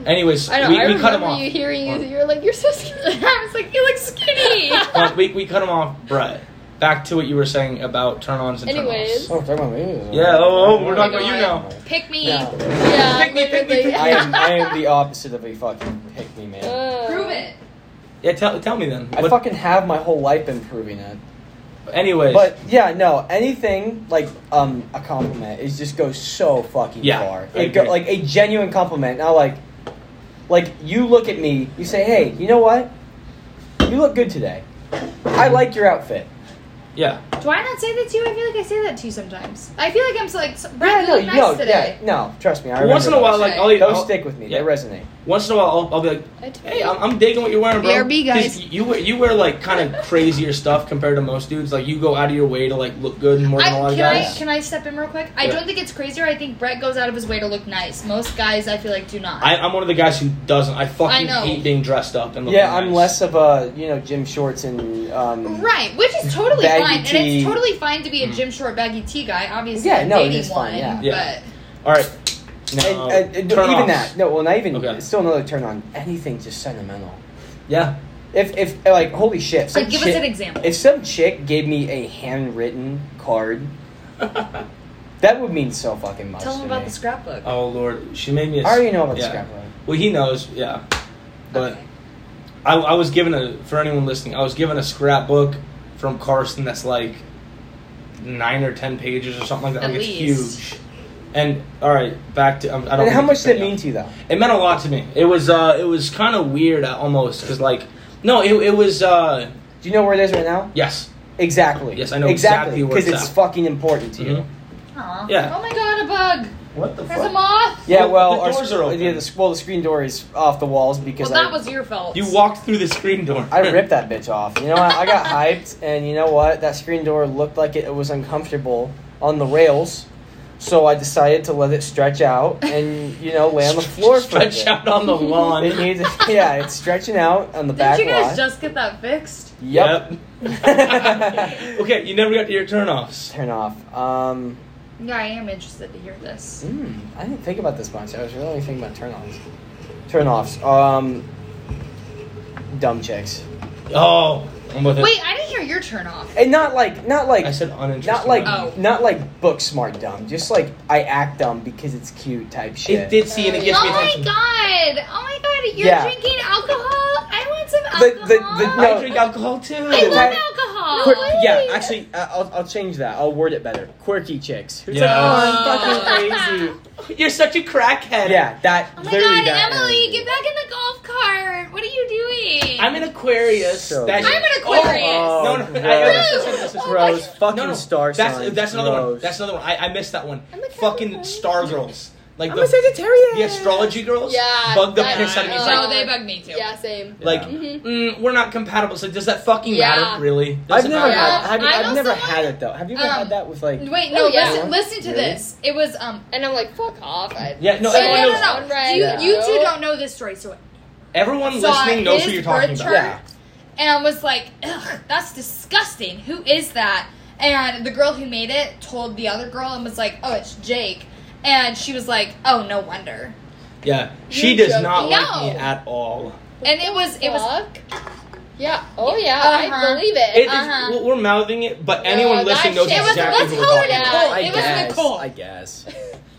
S2: Anyways,
S3: I know.
S2: we,
S3: I
S2: we
S3: remember
S2: cut him off.
S3: you hearing you.
S2: Or-
S3: You were like, you're so [laughs] skinny.
S4: I was like, "You look skinny."
S2: Well, we, we cut him off, Brett. Back to what you were saying about turn ons and turn
S3: Anyways.
S2: offs.
S1: Oh, we're talking about me.
S2: Yeah, oh, oh, we're
S4: not
S2: talking about you now.
S4: Pick me.
S1: No.
S3: [laughs] yeah,
S2: Pick me, pick me,
S3: literally.
S2: pick me.
S1: I am I am the opposite of a fucking pick me man.
S3: [laughs] Uh,
S4: Prove it.
S2: Yeah, tell, tell me then.
S1: I
S2: What-
S1: fucking have my whole life been proving it.
S2: anyways,
S1: But yeah, no, anything like um a compliment it just goes so fucking
S2: Yeah,
S1: far.
S2: I
S1: It go,
S2: agree.
S1: like a genuine compliment. Now like like you look at me, you say, "Hey, you know what? You look good today. I like your outfit."
S2: yeah,
S4: Do I not say that to you? I feel like I say that to you sometimes. I feel like I'm so like, so- Brad,
S1: yeah,
S4: you
S1: no,
S4: look nice
S1: yo,
S4: today.
S1: yeah, no, trust me. I remember
S2: once in a while,
S1: those.
S2: like I'll,
S1: those
S2: I'll-
S1: stick with me.
S2: yeah.
S1: They resonate.
S2: Once in a while, I'll, I'll be like,
S3: I told
S2: "Hey,
S3: you.
S2: I'm, I'm digging what you're wearing, bro."
S3: BRB,
S2: 'Cause
S3: guys.
S2: You wear you wear like kind of crazier stuff compared to most dudes. Like you go out of your way to like look good more than a lot
S4: I,
S2: of
S4: can I
S2: guys.
S4: can I step in real quick? I
S2: Yeah.
S4: don't think it's crazier. I think Brett goes out of his way to look nice. Most guys, I feel like, do not.
S2: I, I'm one of the guys who doesn't. I fucking
S4: know.
S2: hate being dressed up and looking
S1: Yeah, I'm
S2: nice.
S1: less of a you know gym shorts and um.
S4: right, which is totally
S1: Baggy
S4: fine, and
S1: tee.
S4: it's totally fine to be a gym short baggy tee guy. Obviously,
S1: Yeah,
S4: I'm
S1: no, it
S4: dating
S1: is fine,
S4: one,
S1: yeah.
S2: Mm. Yeah.
S4: but
S2: All right, now,
S1: And, and, and
S2: turn
S1: even
S2: offs.
S1: that, uh, no, well, not even.
S2: Okay.
S1: It's still another turn on. Anything just sentimental.
S2: Yeah,
S1: If if like holy shit, some
S4: like, give
S1: chick-
S4: us an example.
S1: If some chick gave me a handwritten
S2: [laughs]
S1: card, that would mean so fucking much.
S4: Tell
S1: to
S4: them about
S1: me.
S4: the scrapbook.
S2: oh lord, she made me. A,
S1: I already know about
S2: yeah.
S1: the scrapbook.
S2: Well, he knows, yeah. But
S4: Okay.
S2: I, I was given a for anyone listening, I was given a scrapbook from Carson that's like nine or ten pages or something like that.
S4: At
S2: like
S4: least.
S2: it's huge. And all right, back to um, I don't.
S1: And how
S2: think
S1: much
S2: it's
S1: did it
S2: big
S1: mean
S2: up.
S1: to you though?
S2: It meant a lot to me. It was uh, it was kind of weird uh, almost because like no, it it was uh,
S1: Do you know where it is right now?
S2: yes,
S1: Exactly.
S2: Yes, I know exactly where
S1: because
S2: it's
S1: it's,
S2: at.
S1: fucking important to you.
S2: Mhm.
S4: Aw.
S2: Yeah.
S4: Oh my god, a bug.
S2: What the
S4: There's a moth.
S1: Yeah,
S2: Well,
S1: well,
S2: the
S1: our
S2: doors
S1: sc-
S2: are open.
S1: Yeah, the, s- well, the screen door is off the walls because
S4: Well, that
S1: I,
S4: was your fault.
S2: You walked through the screen door.
S1: I ripped that bitch off. You know what? I got hyped, and you know what? That screen door looked like it, it was uncomfortable on the rails, so I decided to let it stretch out and you know lay on
S2: [laughs]
S1: the floor for a
S2: Stretch
S1: bit.
S2: out on the
S1: [laughs]
S2: lawn.
S1: It needs, yeah, it's stretching out on the back
S4: Didn't you
S1: lot.
S4: guys just get that fixed?
S1: yep.
S2: [laughs] okay, you never got to your turnoffs.
S1: Turn off. Um,
S4: Yeah, I am interested to hear this.
S1: mm, I didn't think about this much. I was really thinking about turn offs. Turn offs. Um, dumb chicks,
S2: Oh, I'm with it.
S4: Wait, I didn't hear your turn off.
S1: and not like not like
S2: I said uninteresting.
S1: Not like
S4: Oh.
S1: not like book smart dumb, just like I act dumb because it's cute type shit.
S2: It did see and it gets
S4: oh
S2: me
S4: my
S2: attention.
S4: god! Oh my god! You're
S1: Yeah.
S4: drinking alcohol. I want some
S1: The-
S4: alcohol.
S1: the- the-
S2: I
S1: No.
S2: drink alcohol too.
S4: I love
S1: That-
S4: alcohol.
S1: Quir-
S3: Really?
S1: yeah, actually, I- I'll, I'll change that. I'll word it better. Quirky chicks. Who's
S2: Yes.
S1: like, oh, I'm fucking crazy.
S2: [laughs] You're such a crackhead.
S1: Yeah, that.
S4: Oh my
S1: literally
S4: god,
S1: that
S4: Emily,
S1: energy.
S4: get back in the golf cart. What are you doing?
S2: I'm an Aquarius.
S1: So
S2: That's-
S1: good.
S4: I'm an Aquarius.
S2: Oh, no, no,
S1: Gross.
S2: I- I- this is- this is-
S1: Gross.
S4: Oh
S1: Fucking
S2: no, no,
S1: star
S2: that's,
S1: signs.
S2: That's another one.
S1: Gross.
S2: That's another one. I, I missed that one.
S3: I'm a
S2: Fucking
S3: Capricorn.
S2: Star Girls. Like
S1: I'm a
S2: the,
S1: Sagittarius.
S2: the astrology girls
S3: Yeah,
S2: bug the
S3: that-
S2: piss out of me. It's
S3: uh,
S4: no,
S2: like,
S4: Oh, they bug me too.
S3: Yeah, same.
S2: like
S3: Mhm.
S2: mm, we're not compatible. So does that fucking
S3: Yeah.
S2: matter really?
S1: I've
S2: Does it
S1: never
S2: matter?
S1: had.
S4: Yeah.
S1: Have you,
S4: I
S1: I've
S4: know
S1: never
S4: someone-
S1: had it though. Have you ever
S4: um,
S1: had that with like?
S4: Wait, no,
S3: Oh, yeah.
S4: listen, listen to
S1: Really?
S4: this. It was um.
S3: And I'm like, fuck off. I,
S2: Yeah, no,
S4: so-
S2: everyone
S4: no,
S2: knows-
S4: no, no.
S3: Sunrise,
S4: You, you
S3: no.
S4: two don't know this story, so
S2: Everyone
S4: saw
S2: listening knows who
S4: his
S2: you're talking
S4: birth
S2: about.
S4: chart,
S1: Yeah.
S4: And I was like, Ugh, that's disgusting. Who is that? And the girl who made it told the other girl and was like, oh, it's Jake. And she was like, oh, no wonder.
S2: Yeah, she
S3: You're
S2: does not
S4: joking.
S2: like me
S4: No.
S2: at all.
S4: And it was, it was,
S3: Fuck. Yeah. Oh yeah,
S4: Uh-huh.
S3: I believe it.
S2: It, it's-
S4: Uh-huh.
S2: we're- we're mouthing it, but
S3: No,
S2: anyone
S3: that
S2: listening knows
S3: shit was-
S2: exactly
S4: let's
S2: who
S4: call
S2: we're
S4: it
S2: talking about.
S4: out.
S3: about.
S1: I
S4: It was
S1: guess.
S4: Nicole.
S1: I guess.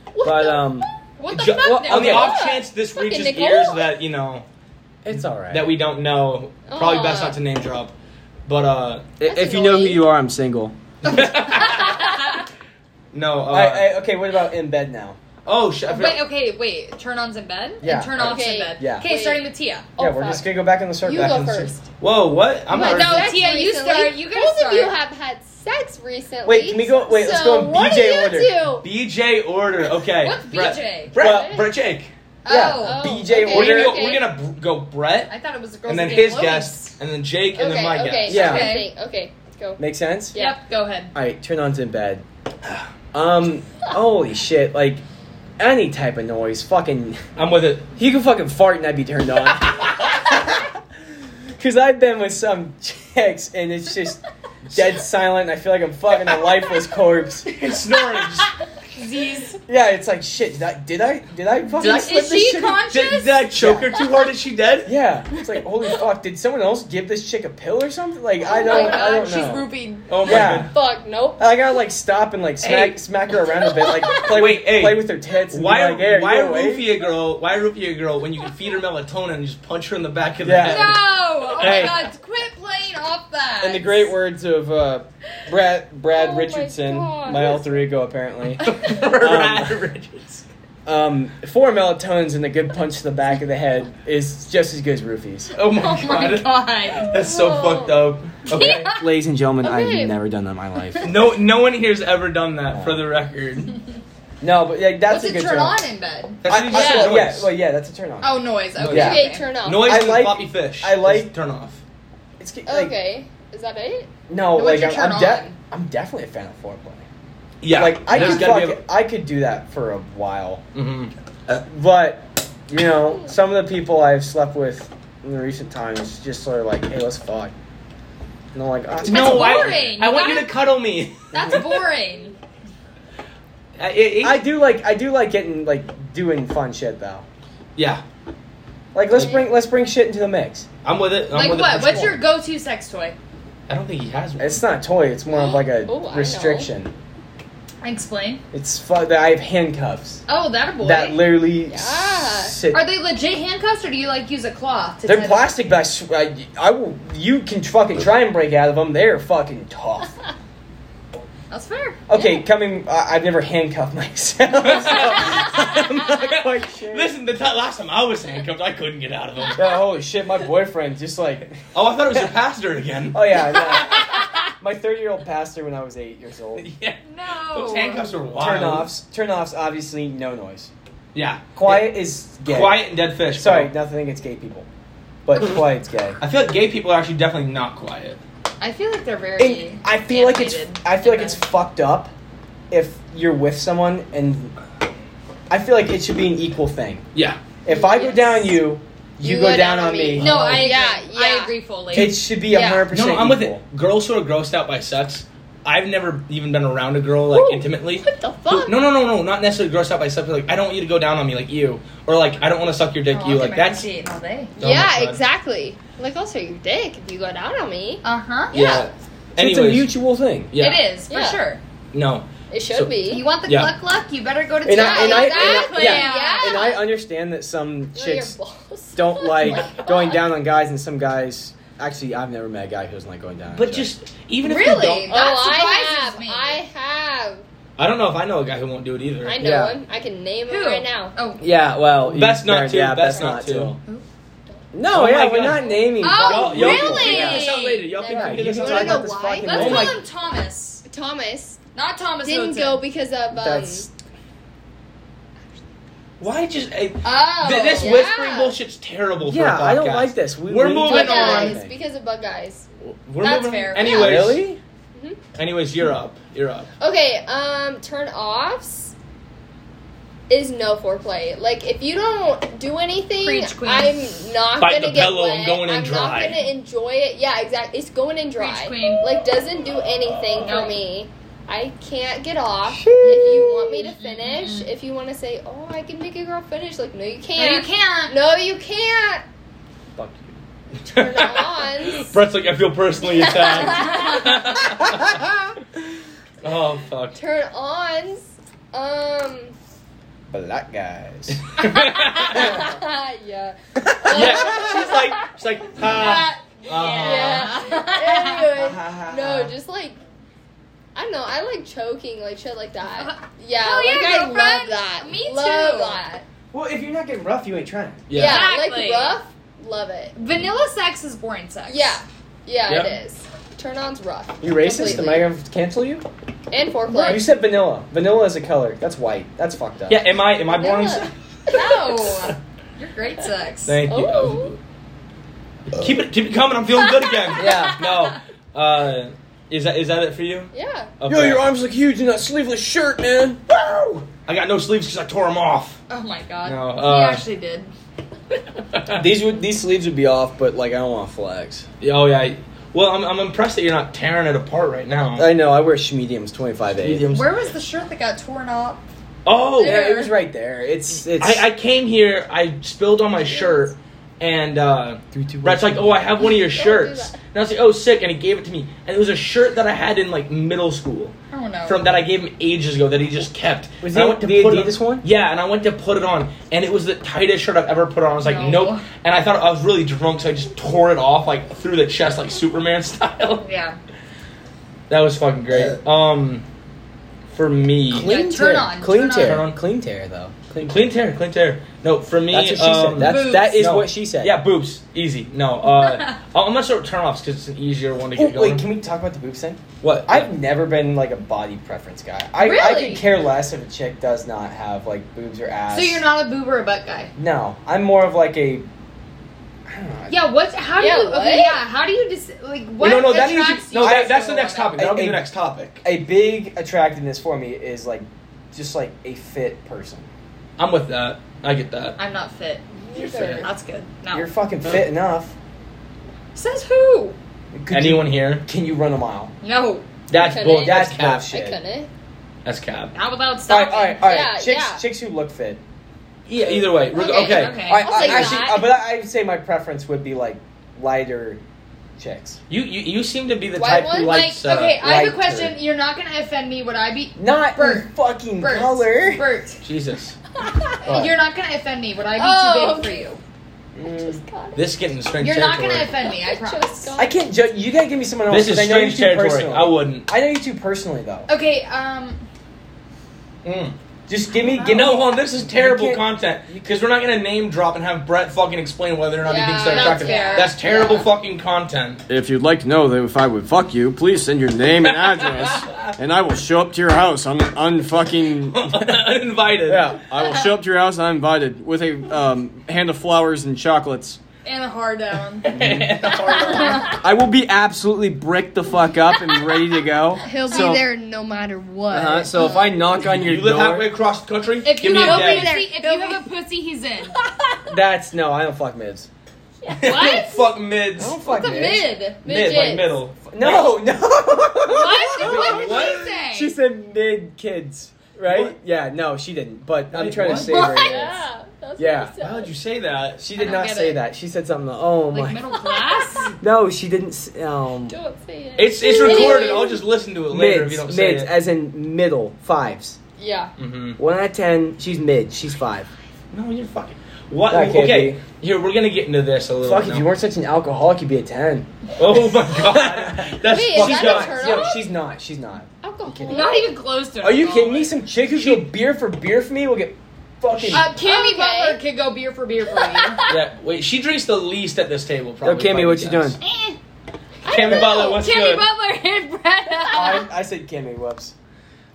S3: [laughs] What
S1: But
S3: the
S1: um,
S4: what the
S2: Ju-
S4: fuck?
S2: well, on the
S4: Nicole?
S2: off chance this
S3: Fucking
S2: reaches
S3: Nicole.
S2: ears that you know
S1: it's all right.
S2: that we don't know, probably
S3: Aw.
S4: Oh.
S2: best not to name drop.
S4: [laughs]
S2: But uh,
S3: That's
S1: if you know who
S3: annoying.
S1: you are, I'm single.
S4: [laughs]
S2: no. Uh,
S1: I, I, okay, what about in bed now?
S2: oh, sh- I forgot-
S4: Wait, uh, okay, wait. Turn ons in bed?
S1: Yeah.
S4: And turn offs
S3: Okay.
S4: in bed.
S1: Yeah.
S4: Okay,
S3: Wait.
S4: starting with Tia.
S3: Oh,
S1: yeah, we're
S3: fuck.
S1: just gonna go back in the circle.
S3: You
S1: back
S3: go
S1: in the circle.
S3: first.
S2: whoa, what? I'm
S4: Wait,
S2: not.
S4: no.
S3: Sex
S4: Tia, you
S3: recently?
S4: start. You gotta
S3: Both of you
S4: start.
S3: have had sex recently.
S1: Wait, can we go- wait, let's go in
S3: so what
S1: BJ
S3: do you
S1: order.
S3: do?
S2: BJ order. Okay.
S4: What's
S2: Brett-
S4: BJ?
S2: Brett,
S1: Well-
S2: Brett Jake.
S1: Yeah,
S4: Oh.
S1: BJ
S3: okay,
S2: we're gonna
S1: order.
S2: go,
S3: okay.
S2: we're gonna br- go Brett
S4: I thought it was the girls
S2: and then
S4: who gave
S2: his
S4: blowies.
S2: guest and then Jake and then
S3: okay,
S2: my
S3: okay,
S2: guest.
S1: Yeah.
S3: Okay, okay, go.
S1: Make sense?
S3: Yeah.
S4: Yep,
S1: [laughs]
S4: go ahead.
S1: All right, turn on's in bed. [sighs] Um, holy shit! Like any type of noise, fucking.
S2: I'm with it. [laughs]
S1: You can fucking fart and I'd be turned on.
S4: [laughs]
S1: Cause I've been with some chicks and it's just dead silent. And I feel like I'm fucking a lifeless corpse.
S2: It's snoring.
S4: [laughs] Z's.
S1: Yeah, it's like shit. Did I did I did I fucking
S2: Did I-
S1: slip
S4: Is
S1: this
S4: she
S1: chick? a-
S4: conscious?
S2: did, did I choke her too hard? Is she dead?
S1: yeah, it's like holy fuck. Did someone else give this chick a pill or something? Like I
S3: Oh my
S1: don't
S3: God,
S1: I don't
S4: she's
S1: know.
S4: grouping.
S2: Oh my
S1: Yeah.
S2: god.
S3: Fuck, nope.
S1: I gotta like stop and like smack
S2: Hey.
S1: smack her around a bit, like play
S2: Wait,
S1: with,
S2: hey.
S1: play with her tits. And
S2: Why,
S1: be like, hey,
S2: why
S1: you awake?"
S2: roofie a girl? Why roofie a girl when you can feed her melatonin and just punch her in the back of the
S1: Yeah.
S2: head?
S1: [laughs]
S4: No! Oh
S2: Hey.
S4: my god, quit playing off that.
S1: In the great words of uh, Brad Brad
S3: Oh my
S1: Richardson,
S3: God.
S1: my alter ego apparently.
S2: Um, Brad Richards.
S1: Um, four melatonins and a good punch to the back of the head is just as good as roofies.
S2: Oh my,
S4: [laughs] Oh my
S2: god.
S4: god.
S2: That's so
S3: Whoa.
S2: fucked up.
S4: [laughs]
S2: Okay.
S1: Ladies and gentlemen,
S3: Okay.
S1: I've never done that in my life.
S2: No, no one here's ever done that. For the record,
S1: [laughs] No, but like, that's
S4: What's
S1: a
S4: it
S1: good
S4: turn
S1: turn
S4: on in bed?
S2: that's
S1: I-
S2: an
S1: I-
S2: interesting
S1: well, yeah,
S2: noise.
S1: well, yeah, that's a turn on.
S4: Oh, noise. Okay.
S1: Yeah.
S3: Okay,
S4: okay.
S3: turn off.
S2: Noise
S1: I
S2: and
S1: like-
S2: floppy fish.
S1: I like-
S2: Just turn off.
S1: It's ca- like,
S3: Okay, is that it?
S1: no,
S4: What's
S1: like
S4: your
S1: I'm,
S4: turn
S1: I'm, de-
S4: on?
S1: I'm definitely a fan of foreplay.
S2: Yeah,
S1: like I
S2: there's
S1: could
S2: gotta
S1: fuck, I could do that for a while,
S2: be a- Mhm.
S1: but you know, some of the people I've slept with in the recent times just sort of like, hey, let's fuck, and I'm like, oh, it's
S2: No, I,
S4: boring.
S2: I want you
S4: Why-
S2: to cuddle me.
S4: That's
S1: [laughs]
S4: boring.
S2: [laughs] I- it- it-
S1: I do like I do like getting like doing fun shit though.
S2: yeah,
S1: Like let's bring let's bring shit into the mix.
S2: I'm with it. I'm
S4: like
S2: with it.
S4: what? What's
S2: Which
S4: your
S2: one?
S4: go-to sex toy?
S2: I don't think he has one.
S1: It's not a toy. It's more of like a
S3: [gasps] Oh, I know.
S1: restriction.
S4: Explain.
S1: It's fu- that I have handcuffs
S4: Oh, that a boy.
S1: that literally
S3: Yeah.
S1: sit.
S4: Are they legit handcuffs or do you like use a cloth? To
S1: They're
S4: tie them?
S1: plastic, but I, sw- I, I will. You can fucking try and break out of them. They're fucking
S3: [laughs]
S1: tough.
S4: [laughs] That's fair.
S1: Okay,
S3: Yeah.
S1: coming. I I've never handcuffed [laughs] myself. So I'm not quite sure.
S2: Listen, the t- last time I was handcuffed, I couldn't get out of them.
S1: Yeah, holy shit, my boyfriend just like.
S2: [laughs] Oh, I thought it was your pastor again.
S1: [laughs] Oh yeah, no. my thirty-year-old pastor when I was eight years old.
S2: [laughs] yeah.
S4: No.
S2: Those handcuffs are wild.
S1: Turn offs. Turn offs. Obviously, no noise.
S2: Yeah.
S1: Quiet is gay.
S2: Quiet and dead fish.
S1: Sorry,
S2: bro.
S1: nothing against gay people, but quiet's gay.
S2: I feel like gay people are actually definitely not quiet.
S4: I feel like they're very.
S1: And I feel like it's
S4: animated
S1: I feel
S4: in
S1: like it's
S4: bed.
S1: fucked up if you're with someone and I feel like it should be an equal thing.
S2: Yeah.
S1: If I go
S3: Yes.
S1: down on you, you, go, down, on me.
S4: No,
S3: Oh.
S4: I agree.
S3: Yeah,
S4: I
S3: yeah.
S4: agree fully.
S1: It should be a
S3: Yeah.
S1: hundred
S2: No,
S1: percent.
S2: no, I'm with
S1: equal.
S2: it. Girls who are grossed out by sex. I've never even been around a girl like
S3: Who?
S2: intimately.
S3: What the
S2: Who-
S3: fuck?
S2: No, no, no, no. Not necessarily grossed out by sex. but, Like I don't want you to go down on me like you, or like I don't want to suck your dick
S4: Oh,
S2: you.
S4: I'll
S2: Like
S4: do my
S2: that's
S4: Dating all day.
S2: Oh my
S3: yeah,
S2: God.
S3: exactly. Like, I'll show your dick if you go down on me.
S4: Uh huh.
S2: yeah.
S1: So
S2: Anyways,
S1: it's a mutual thing.
S2: yeah,
S4: It is for
S3: Yeah.
S4: sure.
S2: No,
S3: It should
S2: So-
S3: be.
S4: You want the
S2: Yeah.
S4: cluck cluck? You better go to
S1: And
S4: town.
S1: I, and, I, and I-
S3: Exactly.
S1: yeah.
S3: Yeah.
S1: and I understand that some
S3: Look at your
S1: chicks
S3: [laughs] balls.
S1: don't like
S3: my
S1: going
S3: God.
S1: down on guys, and some guys actually I've never met a guy who doesn't like going down. on
S2: but
S1: chicks.
S2: just even if you
S4: Really?
S2: don't,
S3: Oh,
S4: That
S3: I
S4: surprises
S3: have.
S4: me.
S3: I have.
S2: I don't know if I know a guy who won't do it either.
S3: I know
S1: Yeah.
S3: him. I can name him
S4: Who?
S3: right now.
S4: Oh.
S1: yeah, well, you-
S2: Best not to,
S1: Yeah,
S2: best not to.
S1: No,
S2: Oh my
S1: yeah, we're
S2: God.
S1: not naming.
S4: Oh,
S2: y'all, y'all
S4: really?
S2: Can figure this out later. Y'all
S1: Yeah,
S2: can figure
S1: you
S2: this
S1: can
S2: out
S1: talk
S2: later.
S1: about
S4: know
S1: this
S4: why?
S1: fucking
S4: Let's
S1: woman.
S2: Oh
S4: call
S2: my-
S4: him Thomas,
S3: Thomas
S4: not Thomas.
S3: didn't
S4: Hilton.
S3: go because of um,
S1: That's
S2: Why just eh, th-
S3: Oh,
S2: this
S3: yeah.
S2: whispering bullshit's terrible for a
S1: Yeah,
S2: podcast.
S1: I don't like this. We,
S2: We're
S1: we need to
S2: moving
S3: Bug
S1: do the right
S2: on.
S3: eyes
S1: thing.
S3: because of bug eyes.
S2: We're
S4: That's
S2: moving-
S4: fair.
S2: Anyways,
S1: Really?
S2: anyways, you're up. You're up.
S3: Okay, um, turn offs is no foreplay. Like if you don't do anything,
S4: Preach, queen.
S3: I'm not
S2: Bite
S3: gonna
S2: the
S3: get
S2: pillow, I'm
S3: wet.
S2: going in
S3: I'm
S2: dry.
S3: not gonna enjoy it. Yeah, exactly. It's going in dry.
S4: Preach, queen.
S3: Like doesn't do anything for
S4: Nope.
S3: me. I can't get off. If you want me to finish, if you want to say, "Oh, I can make a girl finish," like no, you
S4: Mm-hmm. No, you
S3: can't.
S4: can't.
S3: No, you can't.
S1: Fuck
S3: Turn ons.
S2: [laughs] Brett's like, I feel
S3: [laughs]
S2: personally attacked.
S1: [laughs]
S2: oh fuck.
S3: Turn ons. Um. [laughs]
S1: you. Black guys.
S3: yeah.
S2: yeah, she's like, she's like,
S1: Uh-huh.
S2: ha.
S4: yeah.
S3: Anyway. No,
S1: no,
S3: just like I don't know. I like choking, like shit like that.
S4: [laughs]
S3: Yeah,
S4: Hell yeah,
S3: like I love
S4: girlfriend.
S3: that.
S4: Me
S3: love
S4: too.
S3: That.
S1: Well, if you're not getting rough, you ain't trying.
S3: Yeah,
S2: Yeah.
S4: Exactly.
S3: like rough, love it.
S4: [laughs] Vanilla sex is boring sex.
S3: Yeah, yeah,
S2: Yep.
S3: it is. Turn on's rough.
S1: You racist? Am I
S3: Completely.
S1: gonna cancel you?
S3: And
S1: You
S3: foreplay.
S1: said vanilla. Vanilla is a color. That's white. That's fucked up.
S2: Yeah. Am I? Am I
S3: [laughs]
S2: boring?
S3: Yeah.
S4: No. You're great sex.
S2: Thank [laughs] you.
S3: Oh.
S2: Keep it. Keep it coming. I'm feeling good again.
S1: [laughs] Yeah.
S2: No. Uh, is that is that it for you?
S3: Yeah.
S1: Yo, your arms look huge in that sleeveless shirt, man.
S2: Woo! I got no sleeves because I tore
S1: [laughs]
S2: them off.
S4: Oh my god.
S2: No,
S4: he
S2: uh,
S4: actually did.
S1: These would these sleeves would be off, but like I don't want flags.
S2: Yeah, oh yeah. Well, I'm, I'm impressed that you're not tearing it apart right now.
S1: I know. I wear mediums, twenty five eight.
S2: Mediums.
S4: Where was the shirt that got torn off?
S2: Oh,
S1: Yeah, it was right there. It's it's.
S2: I, I came here. I spilled on my shirt, and uh,
S1: Three, two, one.
S2: Brett's like, "Oh, I have one of your
S3: do
S2: shirts."
S3: that.
S2: And I was like, "Oh, sick!" And he gave it to me, and it was a shirt that I had in like middle school.
S4: Oh no.
S2: from that I gave him ages ago that he just kept.
S1: Was
S2: And I
S1: it
S2: went to
S1: the
S2: put
S1: Adidas
S2: it,
S1: one?
S2: Yeah, and I went to put it on, and it was the tightest shirt I've ever put on. I was like,
S4: No.
S2: nope. And I thought I was really drunk, so I just tore it off like through the chest, like Superman [laughs] style.
S4: Yeah.
S2: That was fucking great. Um, for me,
S1: clean
S4: Yeah,
S1: tear.
S4: turn on,
S1: clean
S4: turn
S1: tear.
S2: on.
S1: Clean tear though. Clean.
S2: clean tear, clean tear. No, for me,
S1: That's what she
S2: um,
S1: said. That's,
S4: boobs.
S1: that is
S2: No.
S1: what she said.
S2: yeah, boobs, easy. No,
S4: [laughs]
S2: uh, I'm gonna start with turnoffs because it's an easier one to
S1: Oh,
S2: get going.
S1: wait, can we talk about the boobs thing?
S2: what?
S1: I've never been like a body preference guy. I, I
S4: Really?
S1: could care less if a chick does not have like boobs or ass.
S4: So you're not a boob or a butt guy.
S1: No, I'm more of like a. I don't know.
S4: Yeah. What's how do
S3: Yeah,
S4: you?
S3: what?
S4: Okay, yeah. How do you just like what
S2: no, no, that
S4: attracts
S2: needs no.
S4: you
S2: That,
S4: to
S2: that's the
S4: a
S2: next
S4: woman?
S2: topic. That'll be
S1: I-
S2: the
S1: I-
S2: next topic.
S1: A big attractiveness for me is like, just like a fit person.
S2: I'm with that. I get that.
S4: I'm not fit.
S3: You're
S2: fair.
S4: That's good. No.
S1: You're fucking fit enough.
S4: Says who?
S1: Could
S2: Anyone here?
S1: You, can you run a mile?
S4: No.
S2: That's
S3: Okay.
S2: bull. That's,
S1: That's
S2: cap.
S1: bullshit.
S4: [laughs]
S3: I couldn't.
S2: That's cap.
S4: Not without
S1: All right,
S4: stopping.
S1: all right, all right.
S3: Yeah,
S1: chicks,
S3: yeah.
S1: chicks who look fit.
S2: Yeah. E, Either way. reg-
S4: Okay,
S2: Okay.
S4: okay.
S1: All right,
S3: I'll take
S1: actually,
S3: that.
S1: uh, but I, I'd say my preference would be like lighter chicks.
S2: You, you you seem to be the
S3: Why
S2: type who
S3: would,
S2: likes.
S4: Like, okay,
S2: uh,
S4: I have
S1: lighter.
S4: a question. You're not gonna offend me. Would I be
S1: Not
S4: Bert.
S1: in fucking
S4: Bert?
S1: color.
S4: Bert,
S2: Jesus.
S1: What?
S4: you're not gonna offend me. Would I be
S3: Oh,
S4: too big
S3: okay.
S4: for you?
S3: I
S1: Mm.
S3: just got it.
S2: This is getting strange
S4: You're not
S2: territory.
S4: gonna offend [laughs] me. I
S3: just
S4: promise.
S3: got
S1: I can't judge. You gotta give me someone else.
S2: This is
S1: 'cause I know you
S2: strange
S1: too
S2: territory.
S1: personally.
S2: I wouldn't.
S1: I know you two personally though.
S4: Okay. Um.
S2: Mm.
S1: Just give me,
S4: Wow.
S1: give
S2: No,
S1: me.
S2: hold on. This is terrible
S1: can't-
S2: content
S1: you
S2: because we're not gonna name drop and have Brett fucking explain whether or not
S3: Yeah,
S2: he thinks they're
S3: that's
S2: attractive.
S4: fair.
S2: terrible
S3: Yeah.
S2: fucking
S4: [laughs]
S2: content. [laughs]
S5: If you'd like to know that if I would fuck you, please send your name and address, and I will show up to your house. I'm unfucking.
S2: Uninvited. [laughs]
S5: Yeah, I will show up to your house uninvited with a um, hand of flowers and chocolates.
S4: And a hard down.
S5: I will be absolutely bricked the fuck up and ready to go.
S3: [laughs] [laughs] He'll be
S5: So-
S3: there no matter what.
S5: Uh-huh, so if I knock on your
S2: You live halfway
S5: door,
S2: across the country.
S4: If
S2: Give
S4: you
S2: me
S4: have a
S2: a day.
S4: pussy, if you have a pussy, he's
S3: [laughs]
S4: in.
S1: That's no. I don't fuck mids.
S2: [laughs]
S4: What?
S2: Fuck mids.
S1: I don't fuck
S4: It's a
S1: mids.
S4: mid.
S2: Mid like
S3: Midgets.
S2: middle.
S1: No, no.
S4: What? What did
S2: What?
S4: you say?
S1: She said mid kids, right?
S2: What?
S1: Yeah. No, she didn't. But I'm
S2: Wait,
S1: trying
S2: what?
S1: to save her.
S4: What?
S1: words.
S3: Yeah. That's
S1: Yeah.
S3: What he
S2: Why would
S3: said.
S2: you say that?
S1: She
S4: I
S1: did
S4: don't
S1: not
S4: get
S1: say
S4: it.
S1: that. She said something. Like, oh
S4: like
S1: my.
S4: middle class?
S1: No, she didn't. s- Um,
S3: Don't say it.
S2: It's it's recorded.
S3: Anyways.
S2: I'll just listen to it later if you
S1: mids,
S2: don't
S1: mids,
S2: say it.
S1: as in middle fives.
S3: [laughs] Yeah.
S2: Mm-hmm.
S1: One out of ten. She's mid. She's five.
S2: No, you're fucking. What?
S1: That can't
S2: okay, here we're gonna get into this a little.
S1: Fuck,
S2: now.
S1: if you weren't such an alcoholic, you'd be a ten.
S2: Oh my
S1: [laughs]
S2: god, that's
S3: Wait, is
S2: fucked
S3: that
S2: up.
S3: a turn
S1: Yo,
S3: off?
S1: she's not. She's not.
S3: Alcohol.
S4: Not even close to.
S1: Are you kidding me? Some chick who go beer for beer for me will get fucking.
S4: Uh, Cammy
S3: Okay.
S4: Butler could go beer for beer for
S3: [laughs]
S4: you.
S2: yeah, wait. She drinks the least at this table.
S1: Yo,
S2: Probably. if I
S1: Kimmy,
S2: could
S1: what you doing?
S2: guess.
S4: eh,
S2: Cammy Butler, what's
S4: Cammy
S2: good?
S4: Butler and
S3: [laughs]
S4: Brenna.
S1: I, I said Kimmy. Whoops.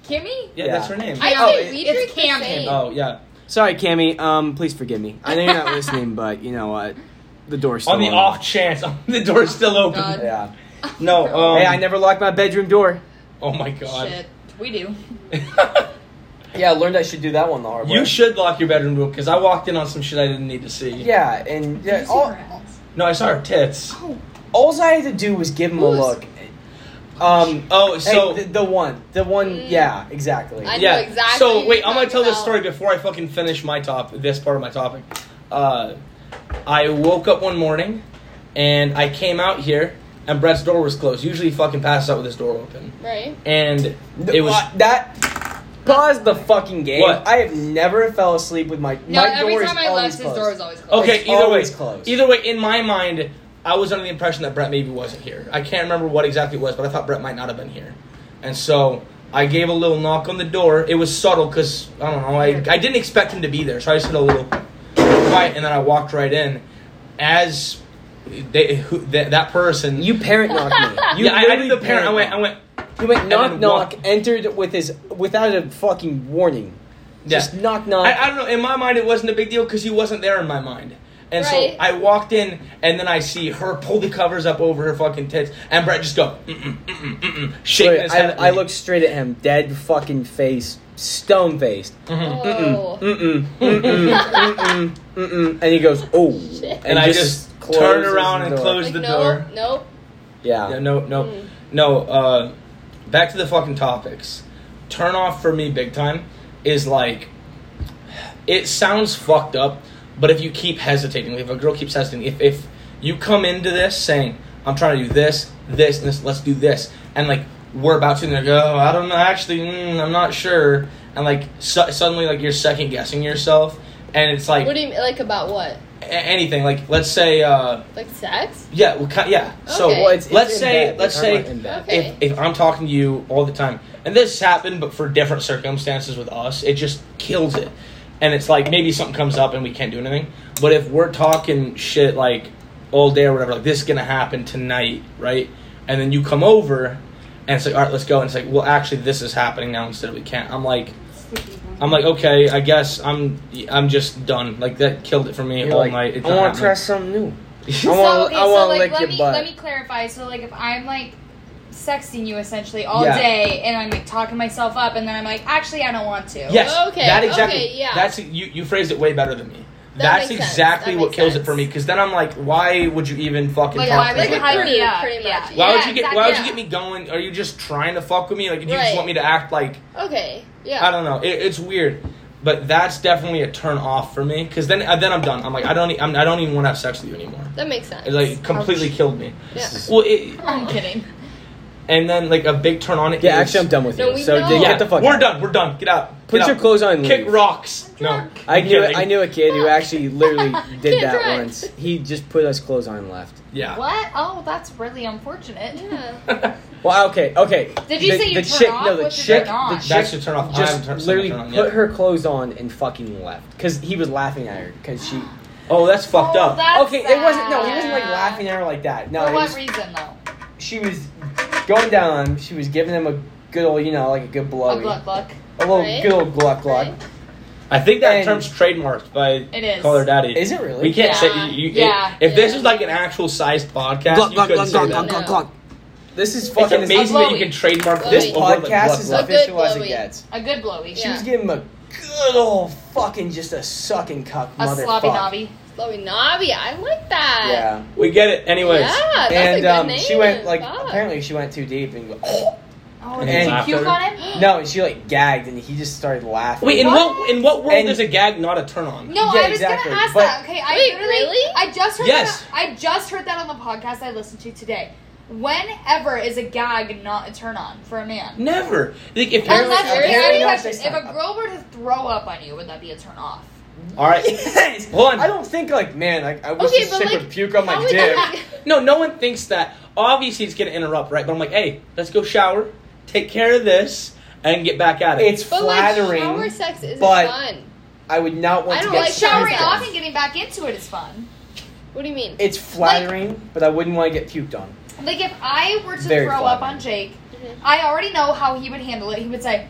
S4: Kimmy?
S2: Yeah,
S1: Yeah.
S2: that's her name.
S3: I
S1: Oh,
S3: think
S1: it-
S3: we
S4: it's
S3: drink the
S4: Cammy.
S3: same.
S2: oh yeah.
S1: Sorry, Cammy. Um, please forgive me. I know you're not listening, but you know what? The door's still
S2: on the off
S1: unlocked.
S2: chance [laughs] the door's still open.
S4: God.
S1: Yeah.
S2: No. Um,
S1: hey, I never locked my bedroom door.
S2: Oh my god.
S4: Shit, we do.
S1: Yeah, I learned I should do that one the hard way.
S2: [laughs] you should lock your bedroom door because I walked in on some shit I didn't need to see.
S1: Yeah, and yeah, all,
S2: No, I saw her tits.
S4: Oh,
S1: all I had to do was give him a
S4: Who's-
S1: look. Um.
S2: Oh, so
S1: hey, the, the one, the one.
S3: Mm.
S1: Yeah, exactly.
S3: I-
S2: yeah.
S3: know exactly
S2: so wait,
S3: what
S2: I'm gonna
S3: you're
S2: tell this
S3: about.
S2: story before I fucking finish my top. This part of my topic. Uh, I woke up one morning, and I came out here, and Brett's door was closed. Usually, he fucking passes out with his door open,
S3: Right?
S2: and
S1: Th-
S2: it was.
S1: uh, that. Pause the fucking game.
S2: What?
S1: I have never fell asleep with my
S3: No,
S1: my door
S3: every
S1: is
S3: time I
S1: always
S3: left, his door
S1: closed.
S3: was always closed.
S2: Okay,
S1: It's
S2: either way,
S1: always closed.
S2: either way, in my mind, I was under the impression that Brett maybe wasn't here. I can't remember what exactly it was, but I thought Brett might not have been here, and so I gave a little knock on the door. It was subtle because I don't know. I I didn't expect him to be there, so I just did a little quiet, and then I walked right in. As they, who, that that person,
S1: You parent
S2: [laughs]
S1: knocked me. You
S2: yeah, I, I
S1: literally
S2: did the parent. I went, I
S1: knocked.
S2: went.
S1: You went knock
S2: then
S1: knock,
S2: walk-
S1: entered with his without a fucking warning.
S2: Yeah.
S1: Just knock knock.
S2: I, I don't know. In my mind, it wasn't a big deal because he wasn't there in my mind. And
S3: Right.
S2: so I walked in, and then I see her pull the covers up over her fucking tits, and Brett just go, mm-mm, mm-mm, mm-mm, shaking
S1: Wait,
S2: his
S1: I,
S2: head. at
S1: I
S2: me.
S1: looked straight at him, dead fucking face, stone faced.
S3: Oh.
S1: Mm-mm, mm-mm,
S2: [laughs]
S1: mm-mm, mm-mm. And he goes, oh.
S3: Shit.
S2: and, I just,
S1: closes
S2: turned around and
S1: the door.
S2: closed
S3: Like,
S2: the
S3: nope,
S2: door.
S3: nope.
S1: Yeah.
S2: Yeah, no, no,
S3: Mm.
S2: no. Uh, back to the fucking topics. Turn off for me, big time, is like it sounds fucked up, but if you keep hesitating, if a girl keeps hesitating, if if you come into this saying, "I'm trying to do this, this, and this, let's do this," and like we're about to, and they go, "Oh, "I don't know, actually, mm, I'm not sure," and like su- suddenly like you're second guessing yourself, and it's like
S3: What do you mean? Like, about what?
S2: a- anything. Like let's say, uh,
S3: Like, sex?
S2: yeah, well, ki- yeah. So
S3: Okay.
S1: Oh, Well, it's, it's
S2: Let's
S1: in
S2: say-
S1: bed.
S2: let's
S1: I'm
S2: say-
S1: not in
S2: [laughs]
S1: bed.
S3: Okay.
S2: if, if I'm talking to you all the time, and this happened, but for different circumstances with us, it just kills it. And it's like maybe something comes up and we can't do anything. But if we're talking shit like all day or whatever, like this is gonna happen tonight, right? And then you come over and it's like, all right, let's go. And it's like, well, actually, this is happening now instead of we can't. I'm like, I'm like, okay, I guess I'm I'm just done. Like that killed it for me
S1: You're
S2: all
S1: like,
S2: night. It's
S1: I
S2: not
S1: want to try
S2: happening."
S1: something new.
S4: [laughs]
S1: I
S4: So,
S1: want
S4: okay,
S1: to I
S4: so,
S1: want
S4: like,
S1: to lick
S4: let
S1: your
S4: me,
S1: butt.
S4: Let me clarify. So, like, if I'm like sexting you essentially all
S2: Yeah.
S4: day, and I'm like talking myself up, and then I'm like, actually, I don't want to.
S2: Yes.
S3: Oh, Okay,
S2: That exactly.
S3: okay, yeah.
S2: That's you. You phrased it way better than me.
S3: That
S2: That's
S3: makes sense,
S2: exactly
S3: that
S2: what
S3: makes
S2: kills it
S3: sense.
S2: for me. Because then I'm like, why would you even fucking
S4: Like,
S2: talk
S4: why
S2: to me
S4: would you
S2: like
S4: hype
S2: that?
S4: me up?
S3: Pretty
S4: Yeah.
S3: much.
S2: Why would
S4: Yeah,
S2: you get? Why would you
S4: exactly.
S2: get me going? Are you just trying to fuck with me? Like, do you just
S3: Right.
S2: want me to act like
S3: Okay,
S2: I
S3: yeah.
S2: don't know? It, it's weird, but that's definitely a turn off for me. Because then, uh, then I'm done. I'm like, I don't, e- I'm, I don't even want to have sex with you anymore.
S3: That makes sense.
S2: It like completely killed me.
S3: Yeah.
S2: Well, it,
S4: [laughs] I'm kidding.
S2: and then like a big turn on it.
S1: Yeah,
S2: is-
S1: actually, I'm done with you.
S3: No, we
S1: so
S3: know.
S1: yeah,
S2: Yeah,
S1: get the fuck
S2: we're
S1: out.
S2: done. We're done. Get out. Get
S1: Put your
S2: out.
S1: clothes on and
S2: Kick
S1: leave.
S2: rocks. No,
S1: I
S2: I'm
S1: knew
S2: kidding.
S1: I knew a kid
S4: [laughs]
S1: who actually literally did
S3: Can't
S1: that
S3: drive.
S1: once. He just put us clothes on and left.
S2: Yeah.
S4: What? Oh, that's really unfortunate.
S3: Yeah.
S1: Well, okay, okay.
S4: Did you
S1: the,
S4: say you
S1: the
S4: turn
S1: chick?
S4: off?
S1: No, the
S4: What's your
S1: chick.
S4: turn on?
S1: The chick
S2: That should turn off. I haven't
S1: just
S2: turned- seen
S1: literally
S2: it turn on
S1: put
S2: yet.
S1: her clothes on and fucking left because he was laughing at her because she.
S2: [laughs] Oh, that's fucked
S4: Oh,
S2: up.
S4: that's
S1: okay, it wasn't. No, he wasn't like
S4: sad.
S1: laughing at her like that. No,
S4: For
S1: it
S4: what
S1: was,
S4: reason, though?
S1: she was going down on him. She was giving him a good old, you know, like a good
S4: A
S1: blowy,
S4: gluck gluck.
S1: a little
S3: Right.
S1: good old gluck gluck.
S3: Right.
S2: I think that
S1: And-
S2: term's trademarked by
S4: It is.
S2: Call Her Daddy.
S1: Is it really?
S2: We can't
S4: Yeah.
S2: say. You, you-
S4: Yeah.
S2: if this
S3: Yeah.
S2: is like an actual sized podcast, you couldn't say that.
S3: glug, glug.
S1: This is
S2: It's
S1: fucking
S2: amazing that you can trademark
S3: Blowy.
S1: This
S2: this over the
S1: podcast
S2: blood
S1: is
S2: blood.
S3: A good
S1: official as it
S3: blowy.
S1: gets.
S4: A good blowy.
S1: She was
S3: Yeah.
S1: giving him a good old fucking just a sucking cuck,
S4: A
S1: motherfucker.
S4: sloppy knobby.
S3: Chloe Navi, I like that.
S1: Yeah.
S2: We get it, anyways.
S3: Yeah, that's a
S1: and
S3: good
S1: um,
S3: name.
S1: she went like
S3: Fuck.
S1: apparently she went too deep and [gasps]
S4: Oh,
S2: And
S4: did
S1: then
S4: you puke
S2: after-
S4: on him?
S1: no, and she like gagged and he just started laughing.
S2: Wait, in what?
S4: What?
S2: in what world
S1: And-
S2: is a gag not a turn on?
S4: No,
S1: Yeah,
S4: I was
S1: exactly,
S4: gonna ask
S1: but-
S4: that. Okay, I
S3: Wait,
S4: literally,
S3: really?
S4: I just heard.
S2: Yes.
S4: That, I just heard that on the podcast I listened to today. Whenever is a gag not a turn on for a man?
S2: Never. Like if you're,
S3: Apparently-
S4: Unless
S1: apparently not
S4: question,
S1: this
S4: if
S1: time.
S4: a girl were to throw up on you, would that be a turn off?
S2: all right.
S1: [laughs] Yes.
S2: Hold on.
S1: I don't think like man, like I wish
S3: Okay,
S1: this
S3: but,
S1: chick
S3: like,
S1: would puke on
S3: How
S1: my
S3: would
S1: dick.
S3: that- [laughs]
S2: No, no one thinks that. Obviously, it's gonna interrupt, right? But I'm like, hey, let's go shower, take care of this, and get back at it.
S1: It's
S3: But like,
S1: flattering.
S3: shower sex isn't
S1: but-
S3: fun.
S1: I would not want
S3: I
S1: to
S3: don't
S1: get
S4: Like showering
S1: puked
S4: off
S1: on.
S4: and getting back into it is fun.
S3: What do you mean?
S1: It's flattering, but I wouldn't want to get puked on.
S4: Like if I were to
S1: Very
S4: throw
S1: fun.
S4: up on Jake,
S3: Mhm.
S4: I already know how he would handle it. He would say,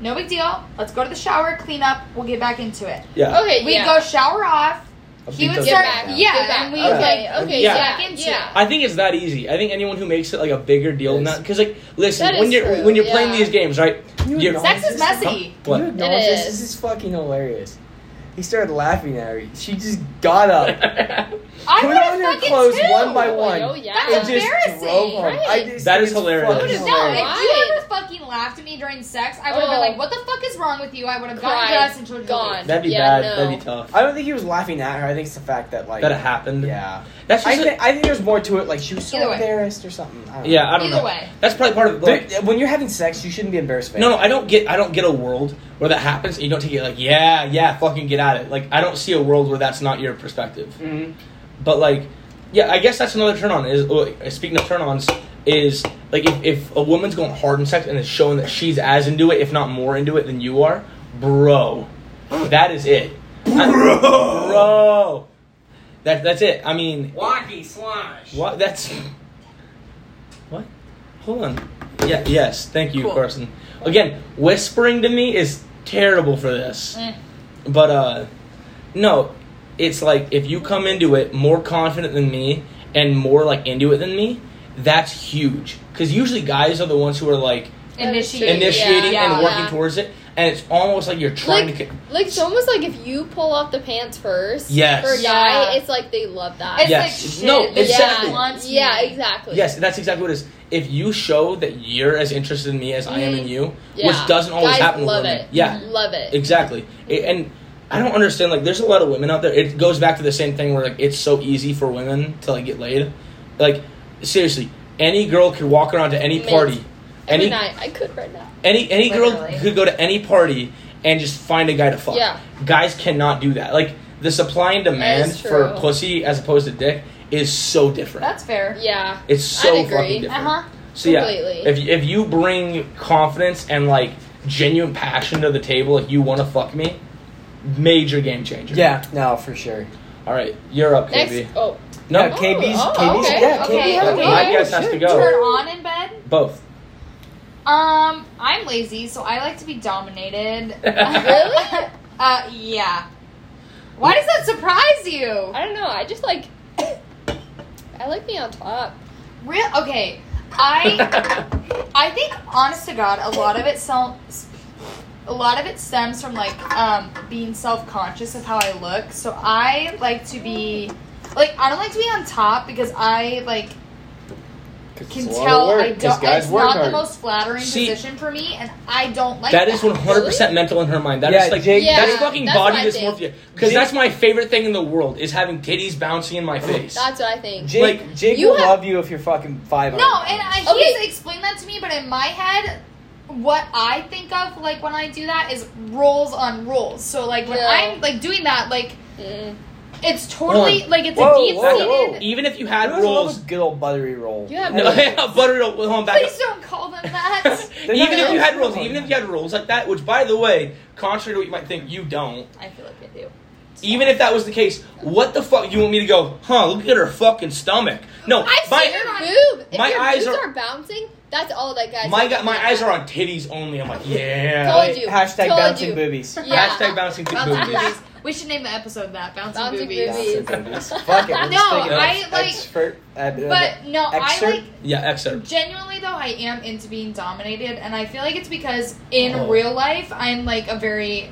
S4: No big deal. Let's go to the shower, clean up. We'll get back into it.
S2: Yeah.
S3: Okay,
S4: We'd
S3: yeah.
S4: go shower off.
S2: I'll
S4: He
S2: beat
S4: would
S2: those
S4: start.
S2: guys down.
S4: Yeah,
S3: Go back.
S4: and we
S3: Okay,
S4: like.
S3: okay,
S2: Yeah.
S3: yeah,
S4: Back into
S3: yeah.
S2: I think it's that easy. I think anyone who makes it like a bigger deal than that, because like, listen,
S3: That
S2: when
S3: is
S2: you're
S3: true,
S2: when you're playing
S3: yeah.
S2: these games, right?
S1: You
S2: you're-
S1: acknowledge
S4: Sex is
S1: this?
S4: messy.
S1: You
S2: What?
S1: acknowledge this?
S3: is.
S1: This is fucking hilarious. He started laughing at her. She just got
S2: [laughs]
S1: up,
S4: I
S1: put
S4: would
S1: on
S4: have
S1: your
S4: fucking
S1: clothes
S4: too.
S1: one by
S3: Oh,
S1: one,
S3: oh, yeah.
S1: and
S4: That's
S1: just
S4: embarrassing,
S1: drove home. I
S3: right?
S1: just
S2: That
S1: think
S2: is
S1: it's
S2: hilarious.
S1: fucking
S4: No,
S1: hilarious.
S4: if you
S3: Right.
S4: ever fucking laughed at me during sex, I would have been
S3: Oh.
S4: like, "What the fuck is wrong with you?" I would have gotten
S3: Cried.
S4: dressed and told you to
S3: Gone.
S4: leave.
S2: [laughs] That'd be
S3: Yeah,
S2: bad.
S3: no.
S2: That'd be tough.
S1: I don't think he was laughing at her. I think it's the fact that like
S2: that it happened.
S1: Yeah,
S2: That's
S1: I
S2: just.
S1: think I think there's more to it. Like she was so
S4: Either way.
S1: embarrassed or something. I don't
S2: a, yeah,
S1: know.
S2: I don't
S4: Either
S2: know.
S4: way.
S2: That's probably part of like,
S1: There- when you're having sex, you shouldn't be embarrassed. by
S2: No, no,
S1: it.
S2: I don't get. I don't get a world where that happens. and You don't take it like, yeah, yeah, fucking get at it. Like, I don't see a world where that's not your perspective.
S1: Mhm.
S2: But like, yeah, I guess that's another turn on. Is oh, speaking of turn ons, is like if, if a woman's going hard in sex and is showing that she's as into it, if not more into it than you are, bro, that is it, I- bro. That that's it. I mean,
S6: Wacky slosh.
S2: what? That's what? Hold on. Yeah. Yes. Thank you,
S4: Cool.
S2: Carson. Again, whispering to me is terrible for this.
S4: Eh.
S2: But uh, no, it's like if you come into it more confident than me and more like into it than me, that's huge. Because usually guys are the ones who are like
S4: Initiate.
S2: initiating
S4: Yeah, yeah.
S2: and working towards it, and it's almost like you're trying
S3: Like-
S2: to. Con-
S3: Like it's almost like if you pull off the pants first
S2: Yes.
S3: for a
S4: Yeah.
S3: guy, it's like they love that.
S4: It's
S2: Yes.
S4: like shit.
S2: No,
S4: this guy
S2: exactly.
S4: Wants me.
S3: yeah, exactly.
S2: yes, that's exactly what it is. If you show that you're as interested in me as I am in
S3: Mhm.
S2: you,
S3: Yeah.
S2: which doesn't always
S3: Guys
S2: happen with
S3: love
S2: women.
S3: it. Mm-hmm.
S2: Yeah,
S3: Love it.
S2: Exactly. It, and I don't understand. Like, there's a lot of women out there. It goes back to the same thing where like it's so easy for women to like get laid. Like, seriously, any girl could walk around to any
S3: Mate.
S2: party.
S3: Every
S2: Any
S3: night. I could right now.
S2: any any girl
S4: Literally.
S2: could go to any party and just find a guy to fuck.
S3: Yeah.
S2: Guys cannot do that. Like the supply and demand
S3: is
S2: for
S3: true.
S2: pussy as opposed to dick is so different.
S4: That's fair.
S3: Yeah.
S2: it's so
S3: I'd agree.
S2: fucking
S4: Uh
S2: different.
S4: huh.
S2: So yeah,
S3: Completely.
S2: if if you bring confidence and like genuine passion to the table, if you want to fuck me, major game changer.
S1: Yeah, no, for sure.
S2: All right, you're up,
S3: Next
S2: KB.
S3: oh
S2: No,
S1: Yeah, KB's,
S3: Oh,
S1: KB's,
S3: okay,
S1: yeah,
S4: okay,
S1: KB had a
S4: okay.
S1: good
S2: Mike
S1: idea.
S2: has- has to
S1: Shit.
S2: go.
S4: Turn on in bed.
S2: both.
S4: Um, I'm lazy, so I like to be
S2: [laughs]
S4: dominated.
S3: Really?
S4: [laughs] uh, yeah. Why does that surprise you?
S3: I don't know, I just like I like being on top.
S4: Real? Okay. I
S2: [laughs]
S4: I think, honest to God, a lot of it sel- a lot of it stems from like um, being self conscious of how I look. So I like to be like I don't like to be on top because I like can tell I don't. It's not the most flattering
S2: See-
S4: position for me, and I don't like
S2: that is 100 percent
S3: Really?
S2: mental in her mind. That is
S1: Yeah,
S2: like
S1: Jake-
S3: Yeah,
S2: that's fucking
S3: that's
S2: body
S3: what I think.
S2: dysmorphia. Because
S1: Jake-
S2: that's my favorite thing in the world is having titties bouncing in my face.
S3: Oh, That's what I think.
S1: Jake,
S2: Like,
S1: Jake
S3: you
S1: will
S3: have-
S1: love you if you're fucking five.
S4: No, and I,
S3: Okay.
S4: he's explained that to me, but in my head, what I think of like when I do that is rolls on rolls. So like when
S3: Yeah.
S4: I'm like doing that, like
S3: Mm.
S4: it's totally like it's
S1: Whoa,
S4: a deep
S1: whoa, whoa.
S4: seated.
S2: Even if you
S1: I
S2: had
S1: love
S2: rolls,
S1: a good old buttery roll.
S3: You have
S2: [laughs] no, yeah, butter roll. Hold on, back. up.
S4: Please don't call them [laughs] that.
S1: They're
S2: [laughs] even
S1: not
S2: if you had
S1: really
S2: rules, even if you had rules like that, which by the way, contrary to what you might think, you don't.
S4: I feel like I do.
S2: Even if that was the case, what the fuck? You want me to go? Huh? Look at her fucking stomach. No,
S4: I've
S2: my
S4: seen
S3: Your
S4: it
S3: boob. If
S2: my
S3: your
S2: eyes
S3: boobs
S2: are-
S3: are, bouncing, that's all that guy's
S2: my
S3: looking
S2: god, my
S3: at.
S2: eyes are on titties only. I'm like,
S3: Told
S2: yeah.
S3: you.
S1: Hashtag
S3: Told
S1: bouncing
S3: you.
S1: boobies.
S3: Yeah.
S2: Hashtag bouncing titty
S4: Bouncing
S2: boobies.
S4: boobies. We should name the episode that bouncing,
S3: Bouncing
S4: boobies.
S3: boobies.
S1: Bouncing boobies. Fuck it. We're
S3: [laughs]
S4: No,
S1: just thinking of
S4: I, like-
S1: expert, uh,
S4: But no,
S1: Excerpt?
S4: I
S2: Yeah,
S4: like
S2: excerpt.
S4: genuinely though I am into being dominated, and I feel like it's because in
S2: Oh.
S4: real life I'm like a very,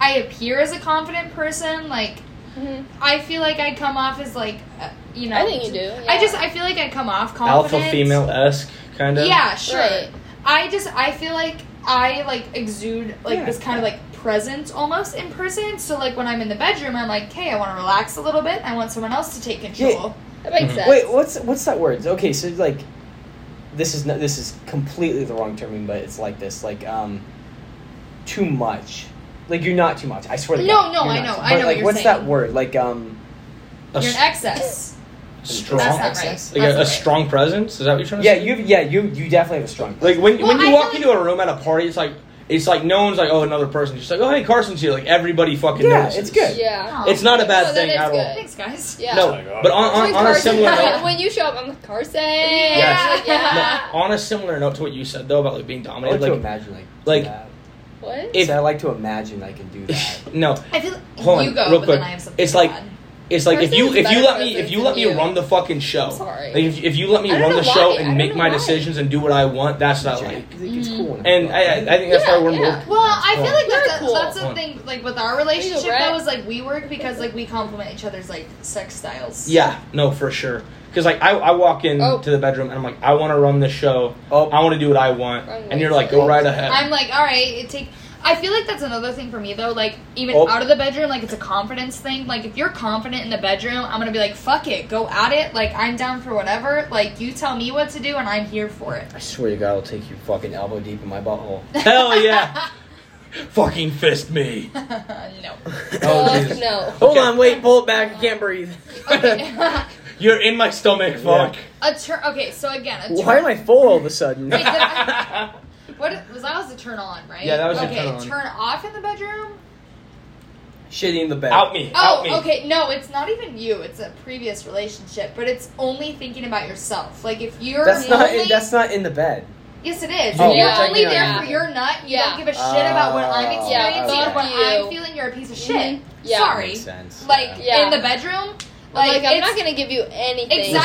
S4: I appear as a confident person. Like
S3: Mhm.
S4: I feel like I come off as like, uh, you know.
S3: I think you do. Yeah.
S4: I just I feel like I come off confident.
S2: Alpha female esque kind of.
S4: Yeah, sure.
S3: Right.
S4: I just I feel like I like exude like
S1: Yeah.
S4: this kind of like presence almost in person. So like when I'm in the bedroom, I'm like, hey, I want to relax a little bit. I want someone else to take control.
S3: That makes
S2: Mhm.
S3: sense.
S1: Wait, what's what's that word? Okay, so like, this is no, this is completely the wrong terming, but it's like this, like um, too much. Like you're not too much. I swear. to
S4: No,
S1: God,
S4: no,
S1: you're
S4: I
S1: not
S4: know,
S1: too-
S4: I
S1: but, Like,
S4: know what you're
S1: what's that
S4: saying.
S1: word? Like um,
S2: A
S4: You're an
S2: s-
S4: excess.
S2: strong.
S4: That's not right.
S2: Like a,
S4: That's
S2: a
S4: not right.
S2: strong presence. Is that what you're trying to
S1: yeah,
S2: say?
S1: you yeah you you definitely have a strong.
S2: Like when
S4: Well,
S2: when you
S4: I
S2: walk
S4: feel
S2: into a room at a party, it's like it's like no one's like oh another person. It's just like oh hey Carson's here. Like everybody fucking
S1: Yeah,
S2: notices.
S1: it's good.
S3: Yeah.
S2: It's not
S4: Oh,
S2: a bad
S3: No, that
S2: thing
S3: is
S2: at all.
S3: good.
S4: Thanks, guys.
S3: Yeah.
S2: No,
S5: Oh my
S2: but on, on,
S5: God.
S3: Like
S2: on a
S3: Carson-
S2: similar
S3: when,
S2: note,
S3: when you show up, I'm like Carson.
S2: Yes.
S3: Yeah.
S2: no, on a similar note to what you said though about like being
S1: I like
S2: dominated,
S1: to
S2: like
S1: imagine like
S2: like,
S1: that.
S3: What?
S2: If-
S1: See, I like to imagine I can [laughs] do that.
S2: [laughs] no,
S4: I feel
S2: Hold on,
S4: you go,
S2: real
S4: but
S2: quick.
S4: then I have something.
S2: It's
S4: to
S2: like-
S4: add.
S2: it's like if
S3: Person
S2: you
S3: is
S2: if you
S3: better
S2: let me if
S3: president
S2: you let
S3: than
S2: me
S3: you.
S2: run the fucking show.
S3: I'm sorry.
S2: Like if, if you let me
S3: I don't
S2: run the
S3: know
S2: show
S3: why. I
S2: and
S3: don't
S2: make
S3: know
S2: my
S3: why.
S2: decisions and do what I want, that's what I
S1: Jack,
S2: like.
S1: I think it's
S3: Mm.
S1: cool when I
S2: And
S1: fuck.
S2: I I I think that's
S3: Yeah,
S2: why we're
S3: yeah.
S2: both
S4: Well, I feel like that's
S3: You're cool.
S4: a, that's
S2: Hold on.
S4: the thing. Like with our relationship,
S3: Brett.
S4: that was like we work because like we complement each other's like sex styles.
S2: Yeah, no, for sure. Because like I, I walk in
S3: Oh.
S2: to the bedroom and I'm like, I want to run this show.
S1: Oh.
S2: I want to do what I want.
S3: Wrong
S2: and you're
S3: way.
S2: like, go right ahead.
S4: I'm like, all right, it take. I feel like that's another thing for me though. Like even
S1: Oh.
S4: out of the bedroom, like it's a confidence thing. Like if you're confident in the bedroom, I'm gonna be like, fuck it, go at it. Like I'm down for whatever. Like you tell me what to do, and I'm here for it.
S1: I swear to God, I'll take you fucking elbow deep in my butthole.
S2: [laughs] Hell
S4: [laughs]
S2: yeah. Fucking fist me.
S4: no.
S2: Oh,
S3: Fuck
S2: Jesus.
S3: no.
S2: Hold on,
S1: wait, pull it back. I can't breathe.
S4: Okay. [laughs]
S2: You're in my stomach, fuck.
S4: a turn. Okay, so again, a
S1: [laughs]
S4: turn.
S1: Why am I full all of a
S2: [laughs]
S1: sudden?
S4: Wait, did I- What was that? Was the turn on, right?
S2: Yeah, that was your
S4: okay,
S2: turn on.
S4: turn off in the bedroom.
S1: Shitty in the bed.
S2: Out me.
S4: Oh,
S2: out me.
S4: okay. No, it's not even you. It's a previous relationship, but it's only thinking about yourself. Like if you're
S1: That's not.
S4: only-
S1: In, that's not in the bed.
S4: yes, it is.
S1: Oh,
S4: If you're
S3: yeah.
S4: only there
S3: Yeah.
S4: for your nut. You
S3: Yeah.
S4: don't give a shit about what I'm
S1: Oh,
S4: experiencing
S3: Yeah,
S4: or
S1: fuck
S4: what
S3: you.
S4: I'm feeling. You're a piece of shit.
S3: Mhm. Yeah.
S4: Sorry.
S1: Makes sense.
S4: Like
S3: Yeah.
S4: in the bedroom,
S3: Like,
S4: like,
S3: I'm
S4: it's-
S3: not gonna give you anything.
S4: Exactly.